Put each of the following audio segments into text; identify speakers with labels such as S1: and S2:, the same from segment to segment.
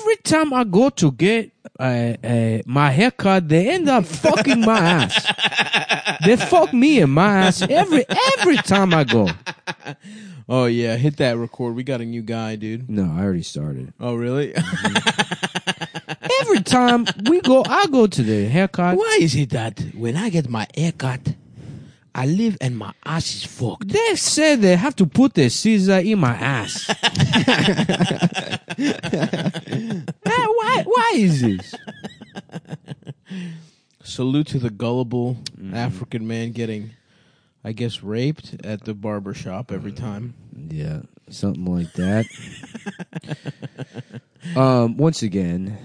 S1: Every time I go to get uh, uh, my haircut, they end up fucking my ass. They fuck me and my ass every every time I go.
S2: Oh yeah, hit that record. We got a new guy, dude.
S1: No, I already started.
S2: Oh really?
S1: Every time we go, I go to the haircut.
S2: Why is it that when I get my hair cut, I live and my ass is fucked?
S1: They say they have to put the scissor in my ass. Eh, why? Why is this?
S2: Salute to the gullible African man getting, I guess, raped at the barber shop every time.
S1: Yeah, something like that. um, once again,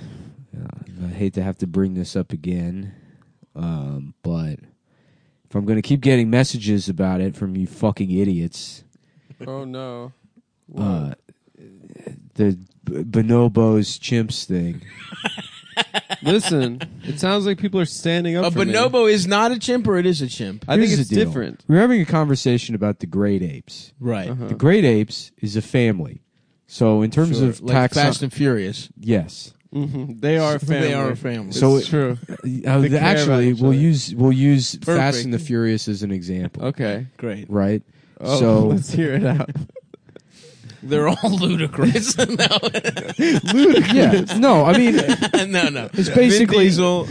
S1: uh, I hate to have to bring this up again, um, but if I'm going to keep getting messages about it from you fucking idiots,
S3: Oh no. Oh.
S1: uh, the b- bonobos chimps thing.
S3: Listen, it sounds like people are standing up.
S2: A
S3: for me.
S2: bonobo Uh, is not a chimp, or it is a chimp.
S3: I think
S1: Here's
S3: it's
S1: the deal.
S3: different. Uh-huh.
S1: We're having a conversation about the great apes.
S2: Right.
S1: The great apes is a family. So in terms
S2: Sure.
S1: of
S2: like
S1: taxon-
S2: Fast and Furious.
S1: yes.
S3: Mhm. They are a family.
S2: They are a family.
S3: It's
S1: So-
S3: true.
S1: Uh,
S3: They care about
S1: actually,
S3: each
S1: we'll
S3: other.
S1: use we'll use Fast
S2: Perfect.
S1: and the Furious as an example,
S3: Okay.
S2: great.
S1: right?
S3: Oh,
S1: so
S3: let's hear it out.
S2: They're all ludicrous. no,
S1: yeah, no, I mean
S2: no, no.
S1: it's basically
S2: Diesel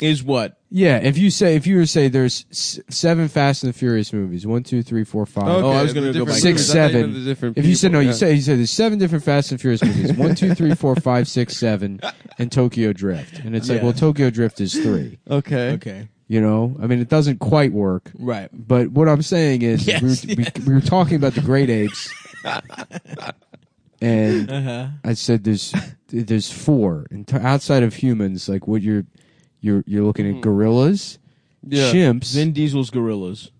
S2: is what?
S1: yeah. If you say if you were to say there's s- seven Fast and the Furious movies, one, two, three, four, five.
S3: Okay,
S2: Oh, I was gonna
S3: the
S2: go
S3: different
S2: back.
S1: Six,
S3: movies. I thought you
S1: seven.
S3: meant the different
S1: If you said no,
S3: people. Yeah.
S1: you say you said there's seven different Fast and Furious movies: one, two, three, four, five, six, seven, and Tokyo Drift. And it's like,
S2: Yeah.
S1: well, Tokyo Drift is three.
S3: okay.
S2: Okay.
S1: You know, I mean, it doesn't quite work.
S2: Right.
S1: But what I'm saying is,
S2: Yes,
S1: we, were, we, we were talking about the great apes, and
S2: Uh-huh.
S1: I said there's there's four and t- outside of humans, like what you're you're you're looking at gorillas,
S3: Yeah.
S1: chimps,
S2: Vin Diesel's gorillas.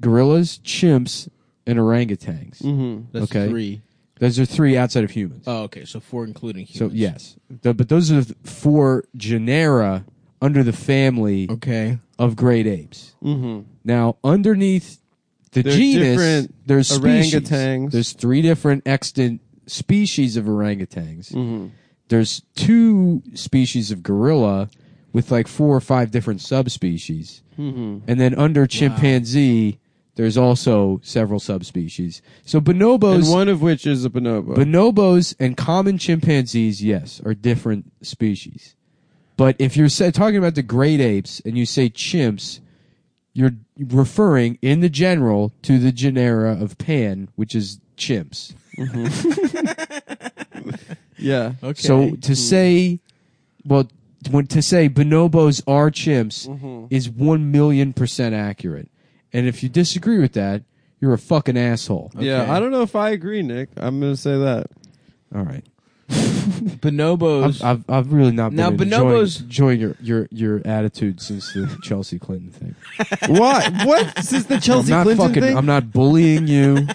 S1: gorillas, chimps, and orangutans.
S3: Mm-hmm.
S2: That's
S1: Okay.
S2: three.
S1: Those are three outside of humans.
S2: Oh, okay. So four including
S1: so
S2: humans.
S1: yes, Th- but those are the four genera under the family
S2: Okay.
S1: of great apes.
S3: Mm-hmm.
S1: Now, underneath the
S3: There's
S1: genus,
S3: different
S1: there's species.
S3: orangutans.
S1: There's three different extant species of orangutans.
S3: Mm-hmm.
S1: There's two species of gorilla with like four or five different subspecies.
S3: Mm-hmm.
S1: And then under chimpanzee, there's also several subspecies. So bonobos,
S3: And one of which is a bonobo.
S1: bonobos and common chimpanzees, yes, are different species. But if you're sa- talking about the great apes and you say chimps, you're referring in the general to the genera of Pan, which is chimps.
S3: yeah.
S2: Okay.
S1: So to say, well, when to say bonobos are chimps is one million percent accurate. And if you disagree with that, you're a fucking asshole.
S3: Yeah.
S2: Okay.
S3: I don't know if I agree, Nick. I'm gonna say that.
S1: All right,
S2: bonobos.
S1: I've, I've, I've really not been
S2: Now,
S1: enjoying,
S2: bonobos-
S1: enjoying your, your your attitude since the Chelsea Clinton thing.
S3: Why? What? Since the Chelsea
S1: I'm not
S3: Clinton
S1: fucking.
S3: thing?
S1: I'm not bullying you.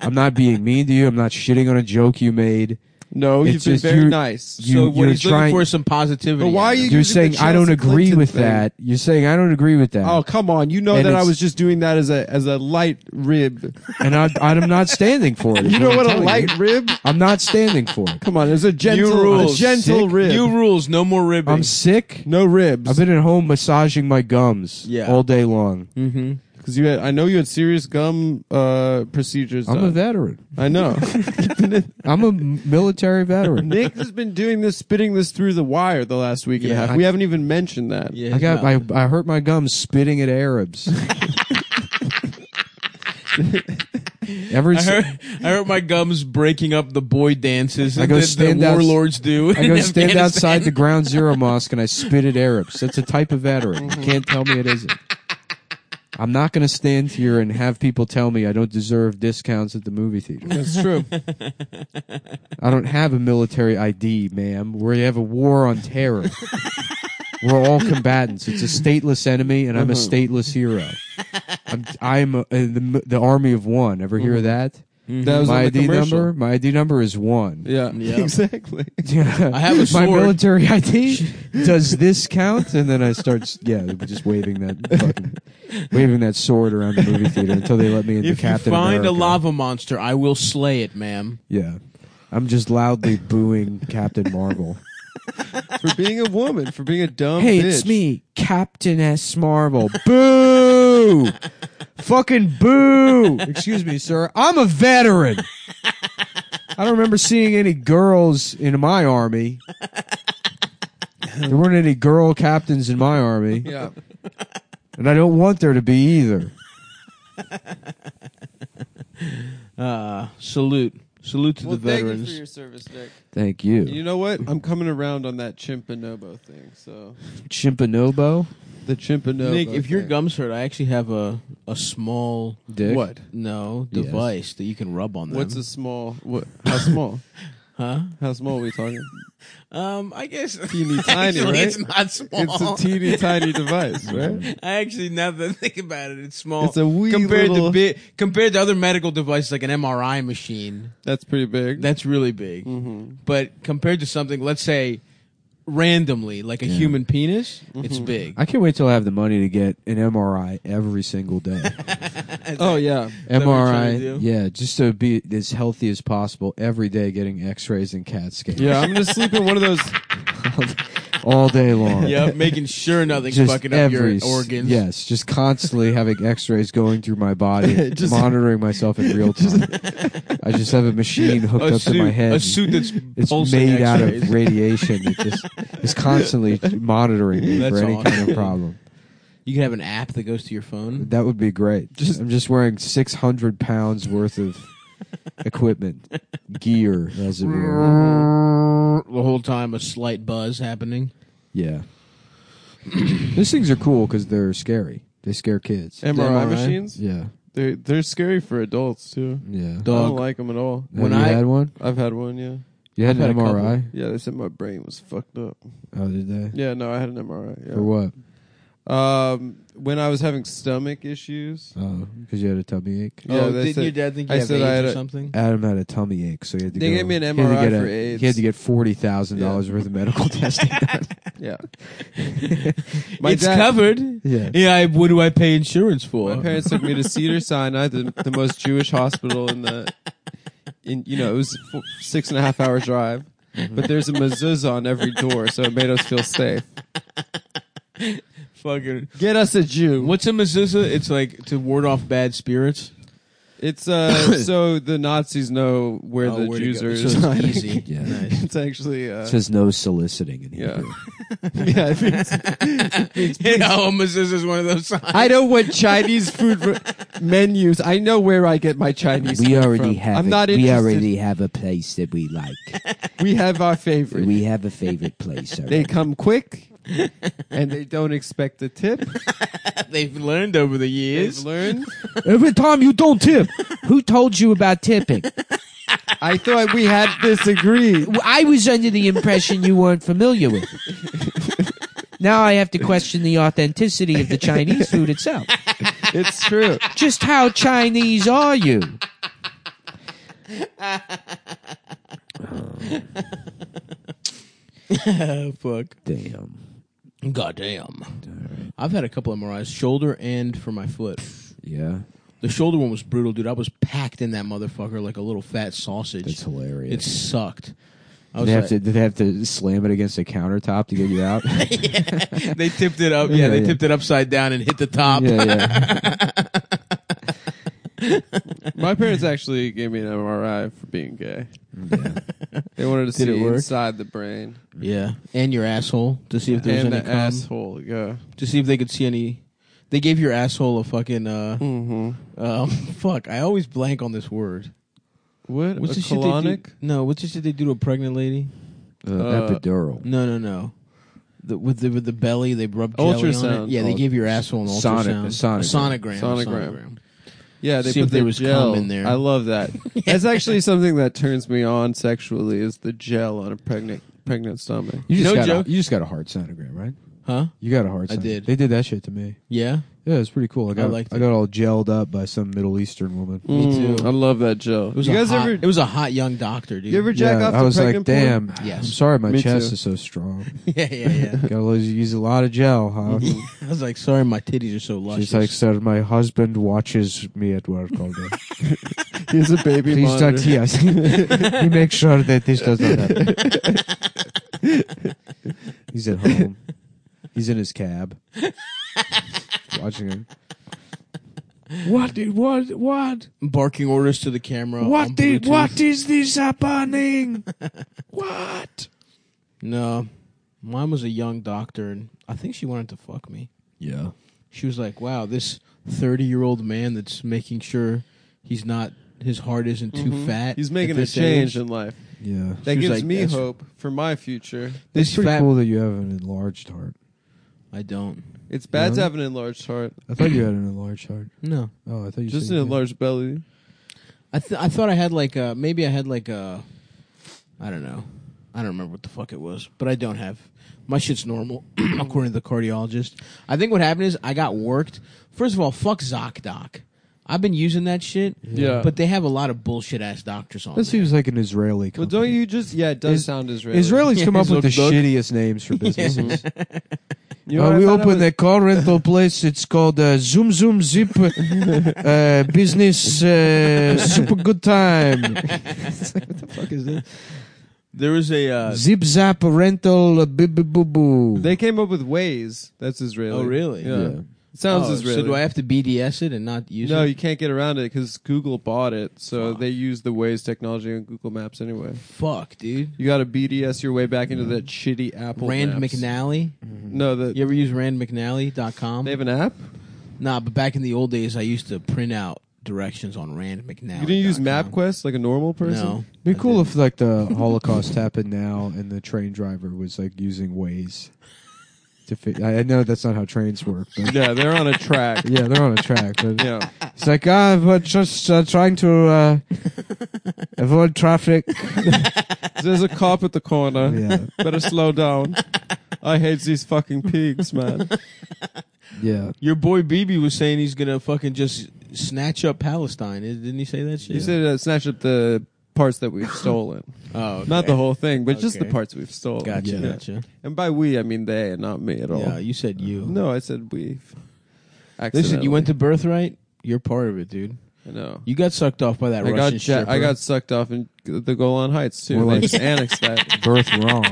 S1: I'm not being mean to you. I'm not shitting on a joke you made.
S3: no,
S1: It's
S3: you've been
S1: just
S3: very
S1: you're-
S3: nice.
S1: you-
S2: so
S1: you're
S2: what he's
S1: trying-
S2: looking for is some positivity.
S3: But why
S2: out
S3: you-
S2: of
S1: You're
S3: did the
S1: saying I don't
S3: Chelsea
S1: agree
S3: Clinton
S1: with
S3: thing.
S1: that. You're saying I don't agree with that.
S3: Oh come on! You know
S1: And
S3: that I
S1: it's-
S3: was just doing that as a as a light rib.
S1: and I, I'm not standing for it. is
S3: You know
S1: I'm
S3: what a
S1: telling
S3: light rib?
S1: I'm not standing for it.
S3: Come on, it's a
S2: it.
S3: gentle,
S2: New rules.
S3: a gentle
S2: Sick.
S3: rib.
S2: New rules. No more ribbing.
S1: I'm sick.
S3: no ribs.
S1: I've been at home massaging my gums
S2: Yeah.
S1: all day long.
S2: mm-hmm.
S3: Because you had, I know you had serious gum uh, procedures.
S1: I'm
S3: done.
S1: a veteran.
S3: I know.
S1: I'm a m- military veteran.
S3: Nick has been doing this, spitting this through the wire the last week and
S2: Yeah,
S3: a half.
S2: I-
S3: we haven't even mentioned that.
S2: Yeah.
S1: I got I,
S2: um,
S1: I hurt my gums spitting at Arabs. Ever
S2: I
S1: si-
S2: heard, I heard my gums breaking up the boy dances
S1: I go
S2: that
S1: stand
S2: the
S1: outs-
S2: warlords do.
S1: I
S2: in
S1: go stand
S2: Afghanistan.
S1: outside the Ground Zero Mosque and I spit at Arabs. That's a type of veteran.
S2: Mm-hmm.
S1: You can't tell me it isn't. I'm not going to stand here and have people tell me I don't deserve discounts at the movie theater.
S3: That's true.
S1: I don't have a military ID, ma'am. We have a war on terror. We're all combatants. It's a stateless enemy, and I'm a
S2: Mm-hmm.
S1: stateless hero. I'm, I'm a, uh, the, the army of one. Ever hear
S2: Mm-hmm.
S1: that?
S3: That was
S1: my
S3: on the
S1: ID
S3: commercial.
S1: number. My ID number is one.
S3: Yeah,
S2: Yeah.
S3: exactly.
S1: Yeah.
S2: I have a
S1: my
S2: sword.
S1: military ID. Does this count? And then I start, yeah, just waving that, fucking, waving that sword around the movie theater until they let me into
S2: If you
S1: Captain
S2: find
S1: America.
S2: a lava monster, I will slay it, ma'am.
S1: yeah. I'm just loudly booing Captain Marvel.
S3: for being a woman, for being a dumb
S1: hey,
S3: bitch.
S1: it's me, Captain S. Marvel. boo! Fucking boo! Excuse me, sir. I'm a veteran. I don't remember seeing any girls in my army. There weren't any girl captains in my army,
S3: Yeah.
S1: and I don't want there to be either.
S2: Uh, salute, salute to
S3: Well,
S2: the
S3: thank you
S2: veterans.
S3: for your service, Nick.
S1: Thank you.
S3: You know what? I'm coming around on that chimpanobo thing. So
S1: Chimpanobo?
S3: the chimpanobo.
S2: Nick, if your
S3: thing.
S2: gums hurt, I actually have a a small
S1: Dick?
S3: what?
S2: no
S1: Yes.
S2: device that you can rub on them.
S3: What's a small? What? How small?
S2: Um, huh?
S3: How small are we talking?
S2: Um, I guess
S3: Teeny tiny,
S2: actually,
S3: right?
S2: It's not small.
S3: It's a teeny tiny device, right?
S2: I actually, now that I think about it, it's small.
S3: It's a wee
S2: compared
S3: little-
S2: to big compared to other medical devices like an MRI machine.
S3: That's pretty big.
S2: That's really big.
S1: Mm-hmm.
S2: But compared to something, let's say randomly, like a human penis, it's
S1: Mm-hmm.
S2: big.
S1: I can't wait till I have the money to get an MRI every single day.
S3: oh yeah.
S2: that what you're trying to
S1: MRI,
S2: do?
S1: yeah, just to be as healthy as possible every day, getting X-rays and CAT scans,
S3: Yeah, I'm gonna sleep in one of those.
S1: all day long.
S2: Yep, making sure nothing's
S1: just
S2: fucking
S1: every
S2: up your organs.
S1: Yes, just constantly having X-rays going through my body,
S3: Just-
S1: monitoring myself in real time. I just have a machine hooked
S2: A
S1: up
S2: suit,
S1: to my head.
S2: a
S1: and
S2: suit that's
S1: It's
S2: pulsing
S1: made out
S2: X-rays.
S1: of radiation that just is constantly monitoring me
S2: That's
S1: for any kind
S2: awesome.
S1: of problem.
S2: You can have an app that goes to your phone.
S1: That would be great.
S3: Just-
S1: I'm just wearing 600 pounds worth of equipment, gear, as it were.
S2: the whole time a slight buzz happening.
S1: Yeah. These things are cool because they're scary. They scare kids.
S3: MRI,
S2: MRI?
S3: machines.
S1: Yeah.
S3: They're they're scary for adults too.
S1: Yeah.
S3: I
S2: Dog.
S3: don't like them at all.
S1: Have
S2: when
S1: you
S2: I-
S1: had one?
S3: I've had one. Yeah.
S1: You had
S2: I've
S1: an
S2: had a
S1: MRI?
S3: Yeah, they said my brain was fucked up.
S1: Oh, did they?
S3: Yeah, no, I had an MRI. Yeah.
S1: For what?
S3: Um, when I was having stomach issues,
S1: Oh, because you had a tummy ache.
S3: Yeah,
S2: oh,
S3: they
S2: didn't
S3: said-
S2: your dad think you
S3: I
S2: had
S3: said
S2: AIDS
S3: I had
S2: or
S3: a-
S2: something?
S1: Adam had a tummy ache, so he had to
S3: They
S1: go-
S3: gave me an
S1: he had to
S3: MRI
S1: get
S3: for
S1: a-
S3: AIDS.
S1: He had to get forty thousand dollars worth of medical testing. done.
S3: yeah,
S2: it's covered.
S1: Yeah.
S2: Yeah, I, what do I pay insurance for?
S3: My parents took me to Cedar Sinai, the, the most Jewish hospital in the, in you know, it was four, six and a half hour drive, but there's a mezuzah on every door, so it made us feel safe.
S2: Fucking.
S3: Get us a Jew.
S2: What's a mezuzah? It's like to ward off bad spirits.
S3: It's uh, so the Nazis know where
S2: Oh,
S3: the
S2: where to
S3: Jews
S2: go.
S3: are.
S2: So it's
S3: residing.
S2: easy.
S1: Yeah.
S2: Nice.
S3: It's actually uh,
S1: It says no soliciting in
S3: yeah,
S1: Hebrew.
S3: yeah. I think it's-
S2: You know, a mezuzah is one of those signs.
S3: I know what Chinese food re- menus. I know where I get my Chinese.
S1: We
S3: food
S1: already
S3: from.
S1: have.
S3: I'm
S1: a-
S3: not
S1: we
S3: interested.
S1: already have a place that we like.
S3: We have our favorite.
S1: we have a favorite place.
S3: they
S1: already.
S3: come quick, and they don't expect a tip.
S2: They've learned over the
S3: They've
S2: years.
S3: learned.
S1: Every time you don't tip, who told you about tipping?
S3: I thought we had this agreed.
S1: I was under the impression you weren't familiar with it. Now I have to question the authenticity of the Chinese food itself.
S3: It's true.
S1: Just how Chinese are you?
S2: Oh, Fuck.
S1: Damn.
S2: Goddamn. I've had a couple MRIs, shoulder and for my foot.
S1: Yeah,
S2: The shoulder one was brutal, dude. I was packed in that motherfucker like a little fat sausage.
S1: that's hilarious.
S2: It sucked. I
S1: Did
S2: was
S1: they, have
S2: like-
S1: to, did they have to slam it against the countertop to get you out? yeah,
S2: they tipped it up. Yeah,
S1: Yeah,
S2: they
S1: yeah.
S2: tipped it upside down and hit the top.
S1: yeah.
S3: My parents actually gave me an MRI for being gay. They wanted to
S2: Did it
S3: see
S2: work?
S3: inside the brain
S2: Yeah. And your asshole to see if there was
S3: and
S2: any
S3: the
S2: cum.
S3: asshole. Yeah.
S2: To see if they could see any. They gave your asshole a fucking uh
S3: Mm-hmm.
S2: um fuck. I always blank on this word.
S3: What?
S2: What's
S3: What's
S2: the
S3: a
S2: shit they do?
S3: colonic?
S2: No, what's the shit they do to a pregnant lady?
S1: Uh,
S3: Uh,
S1: epidural.
S2: No, no, no. The, with the with the belly, they rub jelly on it.
S3: Ultrasound.
S2: Yeah, they
S3: Oh,
S2: gave your asshole an ultrasound.
S1: sonic- a sonogram.
S2: sonogram. a
S3: Sonogram. Yeah, they
S2: See
S3: put
S2: if there
S3: the
S2: was cum
S3: gel
S2: in there.
S3: I love that. That's actually something that turns me on sexually is the gel on a pregnant pregnant stomach.
S1: You just
S2: No
S1: got
S2: joke.
S1: A, you just got a heart sonogram, right?
S2: Huh?
S1: You got a heart.
S2: I
S1: sonogram.
S2: did.
S1: They did that shit to me.
S2: Yeah.
S1: Yeah, it's pretty cool. I got I,
S2: liked it.
S1: got all gelled up by some Middle Eastern woman.
S2: Me too.
S3: I love that Joe.
S2: It was
S3: You
S2: a
S3: guys
S2: hot,
S3: ever?
S2: It was a hot young doctor, dude.
S3: You ever jack
S1: yeah,
S3: off?
S1: I
S3: to
S1: was like,
S3: pregnant porn?
S1: damn. I'm
S2: Yes.
S1: sorry, my
S3: Me
S1: chest
S3: too.
S1: is so strong.
S2: yeah, yeah, yeah.
S1: got to use a lot of gel, huh?
S2: I was like, sorry, my titties are so luscious.
S1: She's like, sir, my husband watches me at work all day.
S3: He's a baby
S1: Please
S3: monitor.
S1: don't yes. he makes sure that this does not happen. He's at home. He's in his cab. Watching him. What i- what what
S2: barking orders to the camera. on
S1: what is,
S2: Bluetooth.
S1: what is this happening? What?
S2: No, mine was a young doctor, and I think she wanted to fuck me.
S1: Yeah.
S2: She was like, "Wow, this thirty-year-old man that's making sure he's not his heart isn't too fat.
S3: Mm-hmm. He's
S2: at
S3: making a
S2: this
S3: change
S2: age."
S3: in life.
S1: Yeah.
S3: That
S2: She was
S3: gives
S2: like,
S3: me
S2: "That's-
S3: hope for my future.
S1: It's
S2: This
S1: pretty
S2: fat,
S1: cool that you have an enlarged heart.
S2: I don't.
S3: It's bad to
S1: Yeah.
S3: have an enlarged heart,
S1: I thought you had an enlarged heart.
S2: No,
S1: Oh, I thought you
S3: just
S1: said
S3: an
S1: you did.
S3: enlarged belly.
S2: I th- I thought I had like a maybe I had like a, I don't know, I don't remember what the fuck it was, but I don't have. My shit's normal according to the cardiologist. I think what happened is I got worked. First of all, fuck Zocdoc. I've been using that shit.
S3: Yeah.
S2: But they have a lot of bullshit ass doctors on
S1: That
S2: there.
S1: seems like an Israeli.
S3: Well,
S1: Company.
S3: don't you just? Yeah, it does
S1: Is-
S3: sound Israeli.
S1: Israelis come up with the
S3: Zocdoc.
S1: shittiest names for businesses.
S3: You know
S1: Uh,
S2: Oh,
S3: what I
S1: we
S3: thought I
S1: opened
S3: was-
S1: a car rental place. It's called uh, Zoom Zoom Zip uh, Business uh, Super Good Time. It's like, what the fuck is this?
S2: There was a uh,
S1: Zip Zap Rental uh, Boo Boo Boo Boo.
S3: They came up with ways. That's Israeli.
S2: Oh, really?
S3: Yeah.
S1: Yeah.
S3: It sounds
S2: oh,
S3: Israeli.
S2: So do I have to BDS it and not use
S3: no,
S2: it?
S3: you can't get around it because Google bought it, so
S2: Fuck.
S3: they use the Waze technology on Google Maps anyway.
S2: Fuck, dude.
S3: You got to BDS your way back into that shitty Apple.
S2: Rand
S3: Maps.
S2: McNally.
S3: No, the,
S2: You ever use randmcnally.com?
S3: Mm-hmm. they have an app.
S2: Nah, but back in the old days, I used to print out directions on Rand McNally.
S3: You didn't use MapQuest like a normal person.
S2: No.
S1: It'd be cool if like the Holocaust happened now and the train driver was like using Waze to fit. I I know that's not how trains work, but
S3: Yeah, they're on a track.
S1: yeah, they're on a track. But
S3: yeah.
S1: It's like, ah, we're just uh, trying to uh, avoid traffic.
S3: There's a cop at the corner.
S1: Yeah,
S3: Better slow down. I hate these fucking pigs, man.
S1: yeah.
S2: Your boy BB was saying he's gonna fucking just snatch up Palestine. Is- Didn't he say that shit?
S3: You said uh, snatch up the parts that we've stolen.
S2: oh, okay.
S3: Not the whole thing, but just the
S2: Okay.
S3: parts we've stolen.
S2: Gotcha,
S3: Yeah.
S2: gotcha.
S3: And by we, I mean they, not me at all.
S2: Yeah, you said you.
S3: No, I said we've.
S2: Listen,
S3: Accidentally.
S2: you went to birthright. You're part of it, dude.
S3: I know.
S2: You got sucked off by that
S3: I
S2: Russian
S3: got ja- I
S2: stripper.
S3: got sucked off in the Golan Heights too.
S1: More
S3: they
S1: like-
S3: just annexed that.
S1: Birth wrong.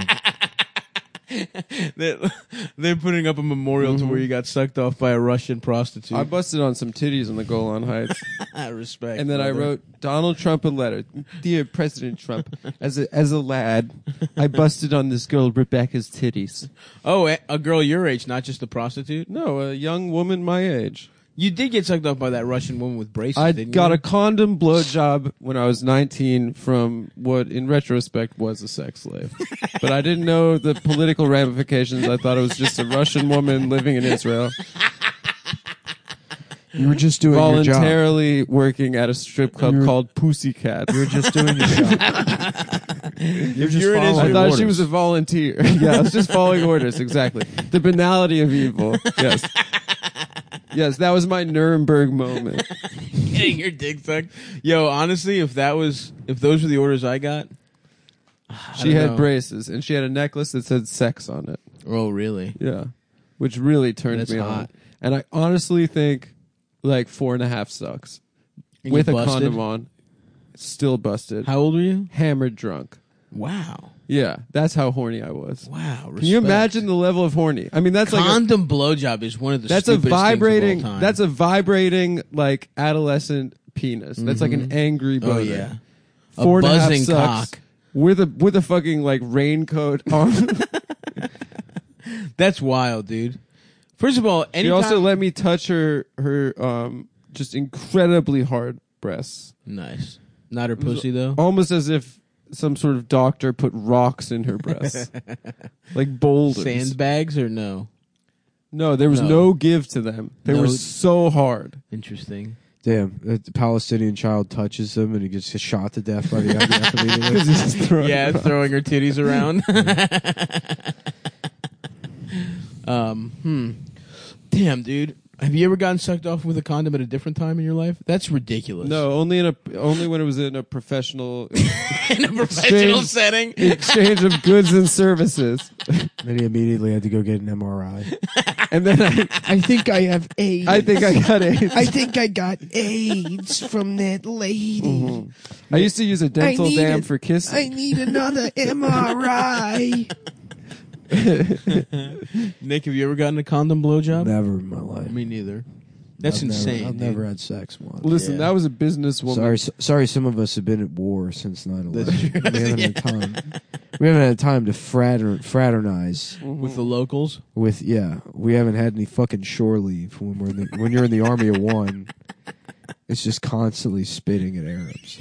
S2: They- They're putting up a memorial to where you got sucked off by a Russian prostitute.
S3: I busted on some titties in the Golan Heights,
S2: I respect.
S3: and then I
S2: brother.
S3: wrote Donald Trump a letter, dear President Trump. As a as a lad, I busted on this girl Rebecca's titties.
S2: "Oh, a, a girl your age, not just a prostitute."
S3: No, a young woman my age.
S2: You did get sucked off by that Russian woman with braces.
S3: I
S2: didn't
S3: got
S2: you?
S3: a condom blowjob when I was 19 from what, in retrospect, was a sex slave. but I didn't know the political ramifications. I thought it was just a Russian woman living in Israel,
S1: You were just doing your job.
S3: voluntarily working at a strip club
S1: You're-
S3: called Pussycat.
S1: You were just doing your job. You're just
S2: you're in
S1: following
S3: I thought she
S1: orders.
S3: was a volunteer. yeah, I was just following orders. Exactly. The banality of evil. Yes. Yes, that was my Nuremberg moment.
S2: getting your dick sucked. Yo, honestly, if that was if those were the orders I got, don't
S3: She had
S2: know.
S3: braces and she had a necklace that said sex on it.
S2: oh really?
S3: Yeah. Which really turned
S2: That's
S3: me on.
S2: hot.
S3: And I honestly think like four and a half sucks.
S2: And
S3: With a
S2: you busted?
S3: condom on. Still busted.
S2: How old were you?
S3: hammered drunk.
S2: Wow,
S3: Yeah. That's how horny I was.
S2: wow.
S3: Can you imagine the level of horny? I mean that's like a,
S2: condom blowjob is one of the
S3: that's a
S2: stupidest things of all
S3: vibrating
S2: time.
S3: that's a vibrating like adolescent penis. That's like an angry boner.
S2: oh yeah, a
S3: Four and half
S2: buzzing
S3: sucks.
S2: cock.
S3: With a with a fucking like raincoat on.
S2: That's wild, dude. First of all,
S3: she
S2: anytime
S3: also let me touch her her um just incredibly hard breasts.
S2: nice. Not her pussy though.
S3: almost as if some sort of doctor put rocks in her breasts, like boulders.
S2: Sandbags or no?
S3: No, there was no.
S2: No.
S3: give to them. They
S2: No.
S3: were so hard.
S2: Interesting.
S1: Damn, uh, the Palestinian child touches him and he gets shot to death by the IDF. immediately.
S2: yeah, throwing her titties around. um, hmm. Damn, dude. Have you ever gotten sucked off with a condom at a different time in your life? That's ridiculous.
S3: No, only in a only when it was in a professional
S2: in a professional
S3: Exchange-
S2: setting.
S3: exchange of goods and services.
S4: Then he immediately had to go get an MRI.
S3: And then I,
S4: I think I have AIDS.
S3: I think I got AIDS.
S4: I think I got AIDS from that lady.
S3: I used to use a dental
S4: need
S3: dam
S4: it.
S3: for kissing.
S4: need another MRI.
S2: Nick, have you ever gotten a condom blowjob?
S4: Never in my life.
S2: Me neither. That's
S4: I've never-
S2: insane.
S4: I've
S2: dude.
S4: never had sex once.
S3: Listen,
S2: Yeah.
S3: that was a businesswoman.
S1: Sorry, s- sorry. Some of us have been at war since 9-11.
S2: That's
S1: We haven't had time. We haven't had time to frater- fraternize
S2: with the locals.
S1: with. Yeah, we haven't had any fucking shore leave when we're in the, when you're in the army of one. It's just constantly spitting at Arabs.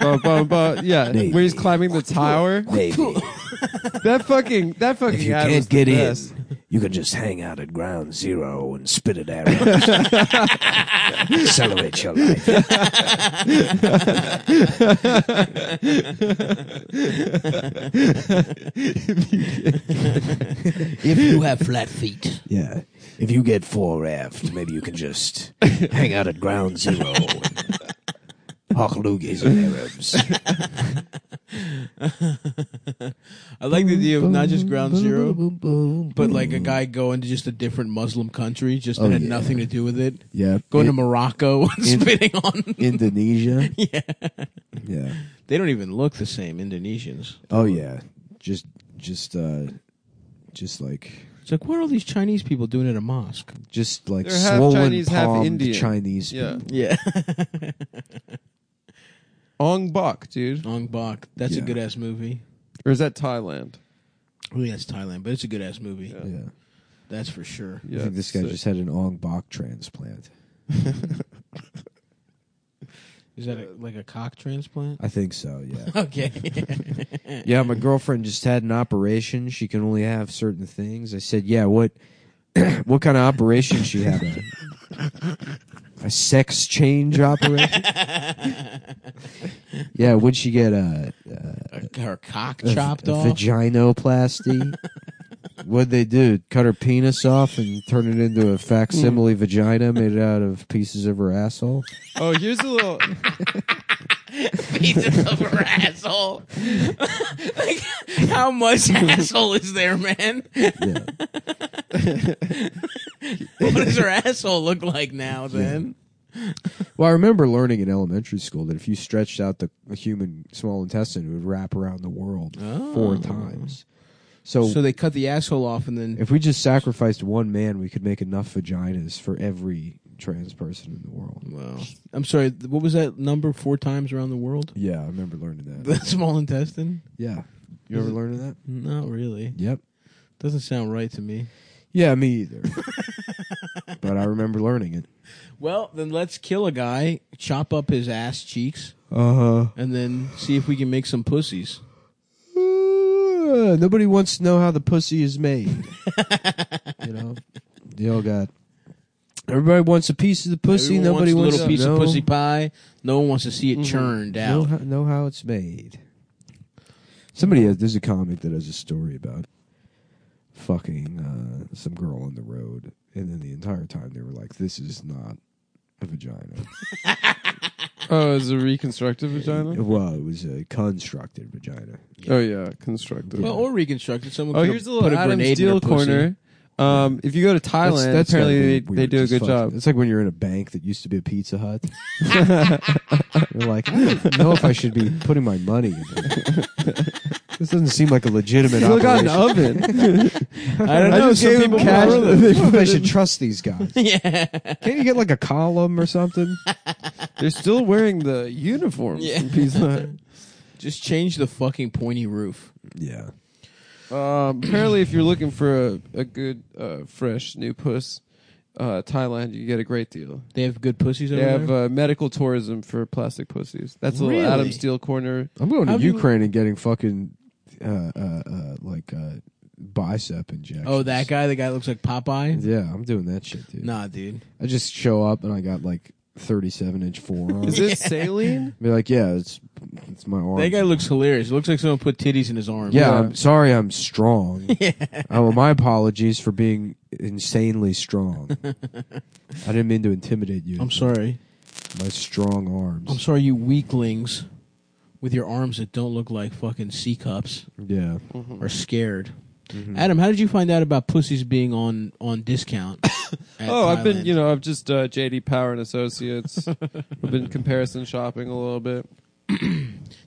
S3: Bum, bum, bum. Yeah, where he's climbing the tower.
S4: Baby,
S3: That fucking that fucking
S4: if you
S3: ad was
S4: can't
S3: the
S4: get in,
S3: best.
S4: you can just hang out at ground zero and spit at arrows. Accelerate your life.
S2: If you have flat feet,
S4: Yeah. If you get four aft, maybe you can just hang out at ground zero. and Hawk loogies and Arabs.
S2: I like the idea of not just ground zero, but like a guy going to just a different Muslim country, just that
S1: Oh,
S2: had
S1: yeah.
S2: nothing to do with it.
S1: Yeah,
S2: Going to
S1: in-
S2: Morocco, and
S1: in-
S2: spitting on.
S1: Indonesia.
S2: yeah,
S1: Yeah.
S2: they don't even look the same. Indonesians.
S1: Oh yeah. Just just uh, just like
S2: It's like what are all these Chinese people doing at a mosque?
S1: just like
S3: They're half
S1: swollen
S3: Chinese, half
S1: palmed
S3: Indian.
S1: Chinese.
S3: Yeah,
S2: Yeah,
S3: Ong Bak, dude,
S2: Ong Bak. That's
S1: Yeah.
S2: a good ass movie.
S3: or is that Thailand?
S2: I think that's Thailand, but it's a good ass movie.
S1: people. Yeah.
S2: That's for sure.
S3: Yeah,
S1: I think this guy
S3: sick.
S1: just had an Ong Bak transplant.
S2: Is that a, like a cock transplant?
S1: I think so. Yeah.
S2: Okay.
S1: yeah, my girlfriend just had an operation. She can only have certain things. I said, "Yeah, what what kind of operation she had? a- A sex change operation? yeah, would she get uh, a, a,
S2: Her cock
S1: a,
S2: chopped
S1: a
S2: off.
S1: vaginoplasty? What'd they do? Cut her penis off and turn it into a
S2: Hmm.
S1: facsimile vagina made out of pieces of her asshole?
S3: Oh, here's a little.
S2: pieces of her asshole. like, how much asshole is there, man?
S1: Yeah.
S2: What does her asshole look like now, then?
S1: Well, I remember learning in elementary school that if you stretched out the human small intestine, it would wrap around the world four times. Oh. So,
S2: So they cut the asshole off and then.
S1: if we just sacrificed one man, we could make enough vaginas for every trans person in the world.
S2: Wow. I'm sorry, th- what was that number four times around the world?
S1: Yeah, I remember learning
S2: The
S1: that.
S2: small intestine?
S1: yeah. You ever learned that?
S2: Not really.
S1: Yep.
S2: Doesn't sound right to me.
S1: Yeah, me either. but I remember learning it.
S2: Well, then let's kill a guy, chop up his ass cheeks,
S1: Uh
S2: and then see if we can make some pussies.
S1: huh. Nobody wants to know how the pussy is made. you know? They all got. Everybody wants a piece of the pussy.
S2: Everyone
S1: Nobody wants,
S2: wants Mm-hmm. a little piece
S1: to know.
S2: of pussy pie. No one wants to see it churned
S1: know
S2: out.
S1: how, know how it's made. Somebody has there's a comic that has a story about fucking uh, some girl on the road, and then the entire time they were like, "This is not a vagina."
S3: Oh, is a reconstructive vagina?
S1: well, it was a constructed vagina.
S3: Oh yeah, constructive.
S2: Well, or reconstructed. Someone
S3: Oh,
S2: could
S3: here's a
S2: put
S3: little
S2: a
S3: Adam's
S2: grenade in her
S3: deal
S2: pussy.
S3: corner. Um, if you go to Thailand,
S1: gotta
S3: apparently they,
S1: be
S3: they
S1: weird
S3: do a
S1: as
S3: good
S1: fuck.
S3: job.
S1: It's like when you're in a bank that used to be a Pizza Hut. you're like, I don't know if I should be putting my money. in here. This doesn't seem like a legitimate
S3: Look got
S1: operation.
S3: an oven.
S2: I don't
S1: I
S2: know.
S1: just
S2: Some
S1: gave him
S2: people
S1: cash.
S2: will.
S1: I should trust these guys.
S2: yeah.
S1: Can't you get like a column or something?
S3: They're still wearing the uniforms
S2: Yeah.
S3: from Pizza Hut.
S2: Just change the fucking pointy roof.
S1: Yeah.
S3: Um, apparently, if you're looking for a, a good, uh, fresh new puss, uh, Thailand, you get a great deal.
S2: They have good pussies over
S3: They have
S2: there.
S3: uh, medical tourism for plastic pussies. That's a
S2: Really?
S3: little Adam Steele corner.
S1: I'm going to
S2: How do you-
S1: Ukraine and getting fucking uh, uh, uh, like uh, bicep injections.
S2: oh, that guy. The guy that looks like Popeye.
S1: Yeah, I'm doing that shit, dude.
S2: Nah, dude.
S1: I just show up and I got like 37 inch forearms.
S3: Is it saline?
S1: Be like, yeah, it's, it's It's my arm.
S2: That guy looks hilarious. It looks like someone put titties in his arm.
S1: yeah, I'm sorry. I'm strong. Oh, my apologies for being insanely strong. I didn't mean to intimidate you.
S2: I'm sorry.
S1: my strong arms.
S2: I'm sorry, you weaklings with your arms that don't look like fucking C cups
S1: yeah.
S3: Mm-hmm.
S2: are scared. Adam, how did you find out about pussies being on on discount? at
S3: Oh, I've been,
S2: Thailand?
S3: you know, I've just uh, JD Power and Associates. I've been comparison shopping a little bit.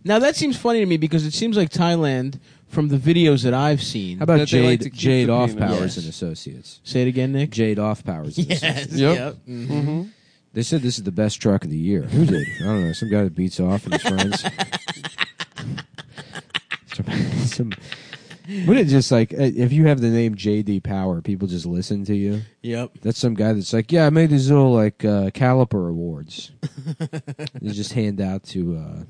S2: Now that seems funny to me because it seems like Thailand, from the videos that I've seen.
S1: How about
S3: That they like
S1: Jade
S3: to keep
S1: Jade
S3: the
S1: Off
S3: penis.
S1: Powers
S2: Yes.
S1: and Associates?
S2: say it again, Nick?
S1: Jade Off Powers. And Associates.
S3: Yep.
S2: Mm-hmm.
S1: They said this is the best truck of the year. Who did? I don't know. Some guy that beats off and his friends. some, some, would it just like uh, if you have the name JD Power, people just listen to you?
S2: Yep.
S1: That's some guy that's like, yeah, I made these little like uh, caliper awards. they just hand out to uh,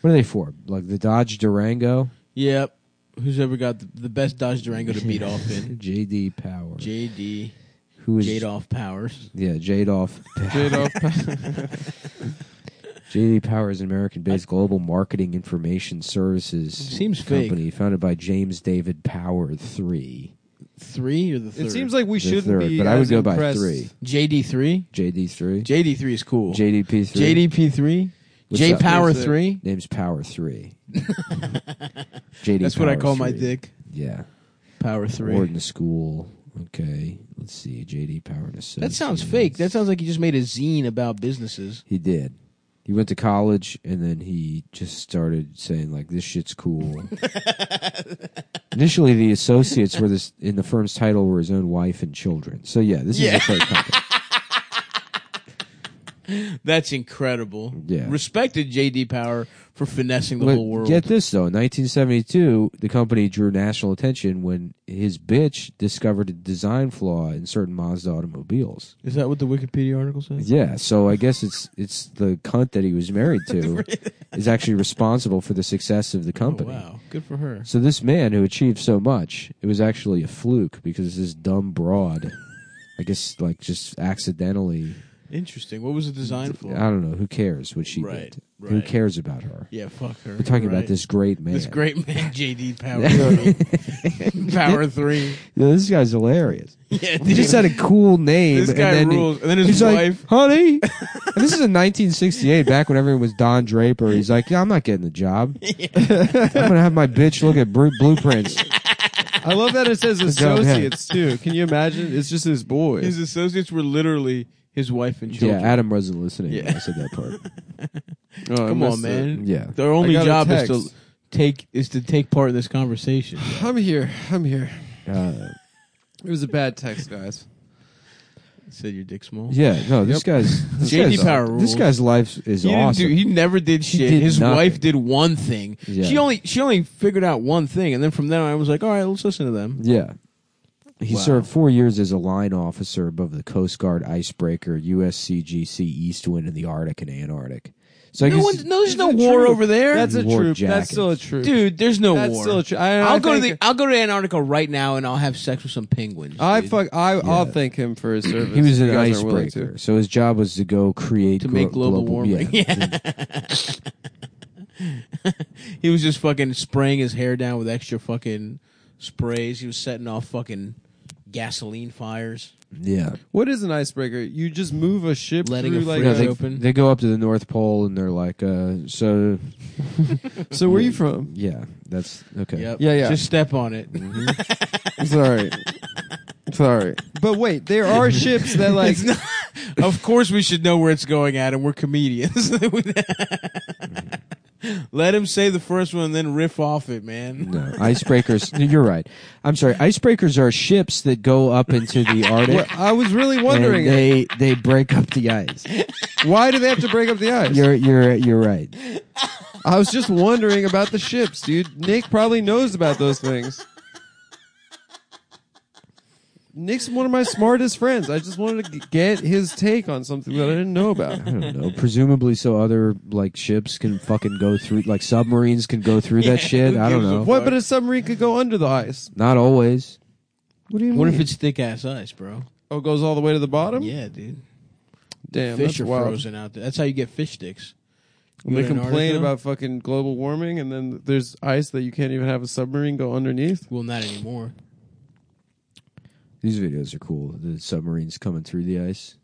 S1: what are they for? Like the Dodge Durango,
S2: Yep. Who's ever got the, the best Dodge Durango to beat off in?
S1: JD Power.
S2: JD
S1: Who is
S2: Jade off powers.
S1: Yeah, Jadoff.
S3: Jade Off Powers.
S1: JD Power is an American-based global marketing information services
S2: Seems fake.
S1: company founded by James David Power III.
S2: Three or the third?
S3: It seems like we
S1: The
S3: shouldn't
S1: third,
S3: be.
S1: but I would
S3: as
S1: go by
S3: impressed.
S1: three.
S2: JD three.
S1: JD three,
S2: JD three is cool.
S1: JDP three.
S2: JDP three.
S1: What's
S2: J
S1: up?
S2: Power
S3: What's it?
S2: three.
S1: name's Power three. JD.
S2: That's what I
S1: Power
S2: call my
S1: III.
S2: dick.
S1: Yeah,
S2: Power three.
S1: Wharton School. Okay, let's see. JD Power and
S2: That
S1: Associates.
S2: sounds fake. That sounds like you just made a zine about businesses.
S1: He did. He went to college and then he just started saying like this shit's cool. Initially, the associates were this in the firm's title were his own wife and children. So yeah, this is
S2: Yeah.
S1: a fake company.
S2: That's incredible.
S1: Yeah.
S2: Respected JD Power for finessing the
S1: But
S2: whole world.
S1: Get this though, in 1972, the company drew national attention when his bitch discovered a design flaw in certain Mazda automobiles.
S2: Is that what the Wikipedia article says?
S1: Yeah, so I guess it's it's the cunt that he was married to is actually responsible for the success of the
S2: Oh,
S1: company.
S2: wow. Good for her.
S1: So this man who achieved so much, it was actually a fluke because this dumb broad, I guess, like just accidentally.
S2: Interesting. What was the design
S1: I
S2: for?
S1: don't know. Who cares what she
S2: Right,
S1: did? Who
S2: right.
S1: cares about her?
S2: yeah, fuck her.
S1: We're talking
S2: You're
S1: about
S2: right.
S1: this great man.
S2: This great man, JD Power.
S1: Yeah.
S2: three. Power three.
S1: Yeah, this guy's hilarious.
S2: Yeah,
S1: He just had a cool name.
S2: This
S1: and
S2: guy
S1: then he-
S2: rules. and then his
S1: he's
S2: wife.
S1: like, honey. and this is in 1968, back when everyone was Don Draper. He's like, yeah, I'm not getting the job. I'm gonna have my bitch look at bru- blueprints.
S3: I love that it says
S1: go ahead.
S3: associates too. Can you imagine? It's just his boy.
S2: his associates were literally his wife and
S1: yeah,
S2: children.
S1: Adam wasn't listening. when
S2: Yeah.
S1: I said that part.
S3: Oh, I
S2: Come on,
S3: missed it.
S2: man.
S1: Yeah.
S2: Their only
S3: got a
S2: job is to
S3: text.
S2: take is to take part in this conversation.
S3: I'm here. I'm here.
S1: Uh,
S3: It was a bad text, guys.
S2: Said your dick small.
S1: Yeah, no, this guy's this
S2: JD
S1: guy's,
S2: Power
S1: This
S2: rules.
S1: guy's life is
S2: He, didn't
S1: awesome.
S2: do, he never did shit.
S1: did
S2: His
S1: nothing.
S2: wife did one thing.
S1: Yeah.
S2: She only she only figured out one thing, and then from then on, I was like, all right, let's listen to them.
S1: yeah, he
S2: Wow.
S1: served four years as a line officer above the Coast Guard icebreaker USCGC Eastwind in the Arctic and Antarctic. So I
S2: No
S1: guess
S2: one, no, there's
S3: Is
S2: no
S3: it
S2: war
S3: true?
S2: over there,
S3: That's a
S1: War
S3: troop.
S1: jackets.
S3: That's still a troop.
S2: dude. There's no
S3: That's
S2: war.
S3: still a tr- I- I
S2: will go to the
S3: think-
S2: I'll go to Antarctica right now, and I'll have sex with some penguins.
S3: I
S2: dude,
S3: fuck. I I'll
S1: Yeah.
S3: thank him for his service.
S1: he was
S3: if
S1: an
S3: you guys aren't willing
S1: icebreaker. So his job was to go create
S2: to make
S1: glo-
S2: global, warming.
S1: Yeah.
S2: he was just fucking spraying his hair down with extra fucking sprays. He was setting off fucking gasoline fires.
S1: yeah.
S3: What is an icebreaker? You just move a ship
S2: Letting
S3: through
S2: a
S3: like
S2: freight
S1: No,
S3: a,
S1: they,
S2: open.
S1: they go up to the North Pole and they're like, uh, so
S3: So where are you from?
S1: yeah, that's okay.
S2: Yep.
S3: Yeah, yeah.
S2: Just step on it.
S3: Sorry. Sorry. But wait, there are ships that like
S2: of course, we should know where it's going at, and we're comedians. Let him say the first one, and then riff off it, man.
S1: No, icebreakers. you're right. I'm sorry. Icebreakers are ships that go up into the Arctic.
S3: Well, I was really wondering
S1: and they they break up the ice.
S3: why do they have to break up the ice?
S1: You're you're you're right.
S3: I was just wondering about the ships, dude. Nick probably knows about those things. Nick's one of my smartest friends. I just wanted to g- get his take on something that I didn't know about.
S1: I don't know. Presumably, so other like ships can fucking go through, like submarines can go through that shit. I don't
S2: gives a
S1: know.
S2: fuck?
S3: What? But a submarine could go under the ice.
S1: Not always.
S3: What do you
S2: What if it's thick ass ice, bro?
S3: oh it goes all the way to the bottom?
S2: Yeah, dude.
S3: Damn,
S2: fish
S3: that's
S2: are
S3: wild.
S2: frozen out there. That's how you get fish sticks.
S3: And they
S2: Go to
S3: complain
S2: Antarctica?
S3: about fucking global warming, and then there's ice that you can't even have a submarine go underneath.
S2: Well, not anymore.
S1: These videos are cool. The submarines coming through the ice.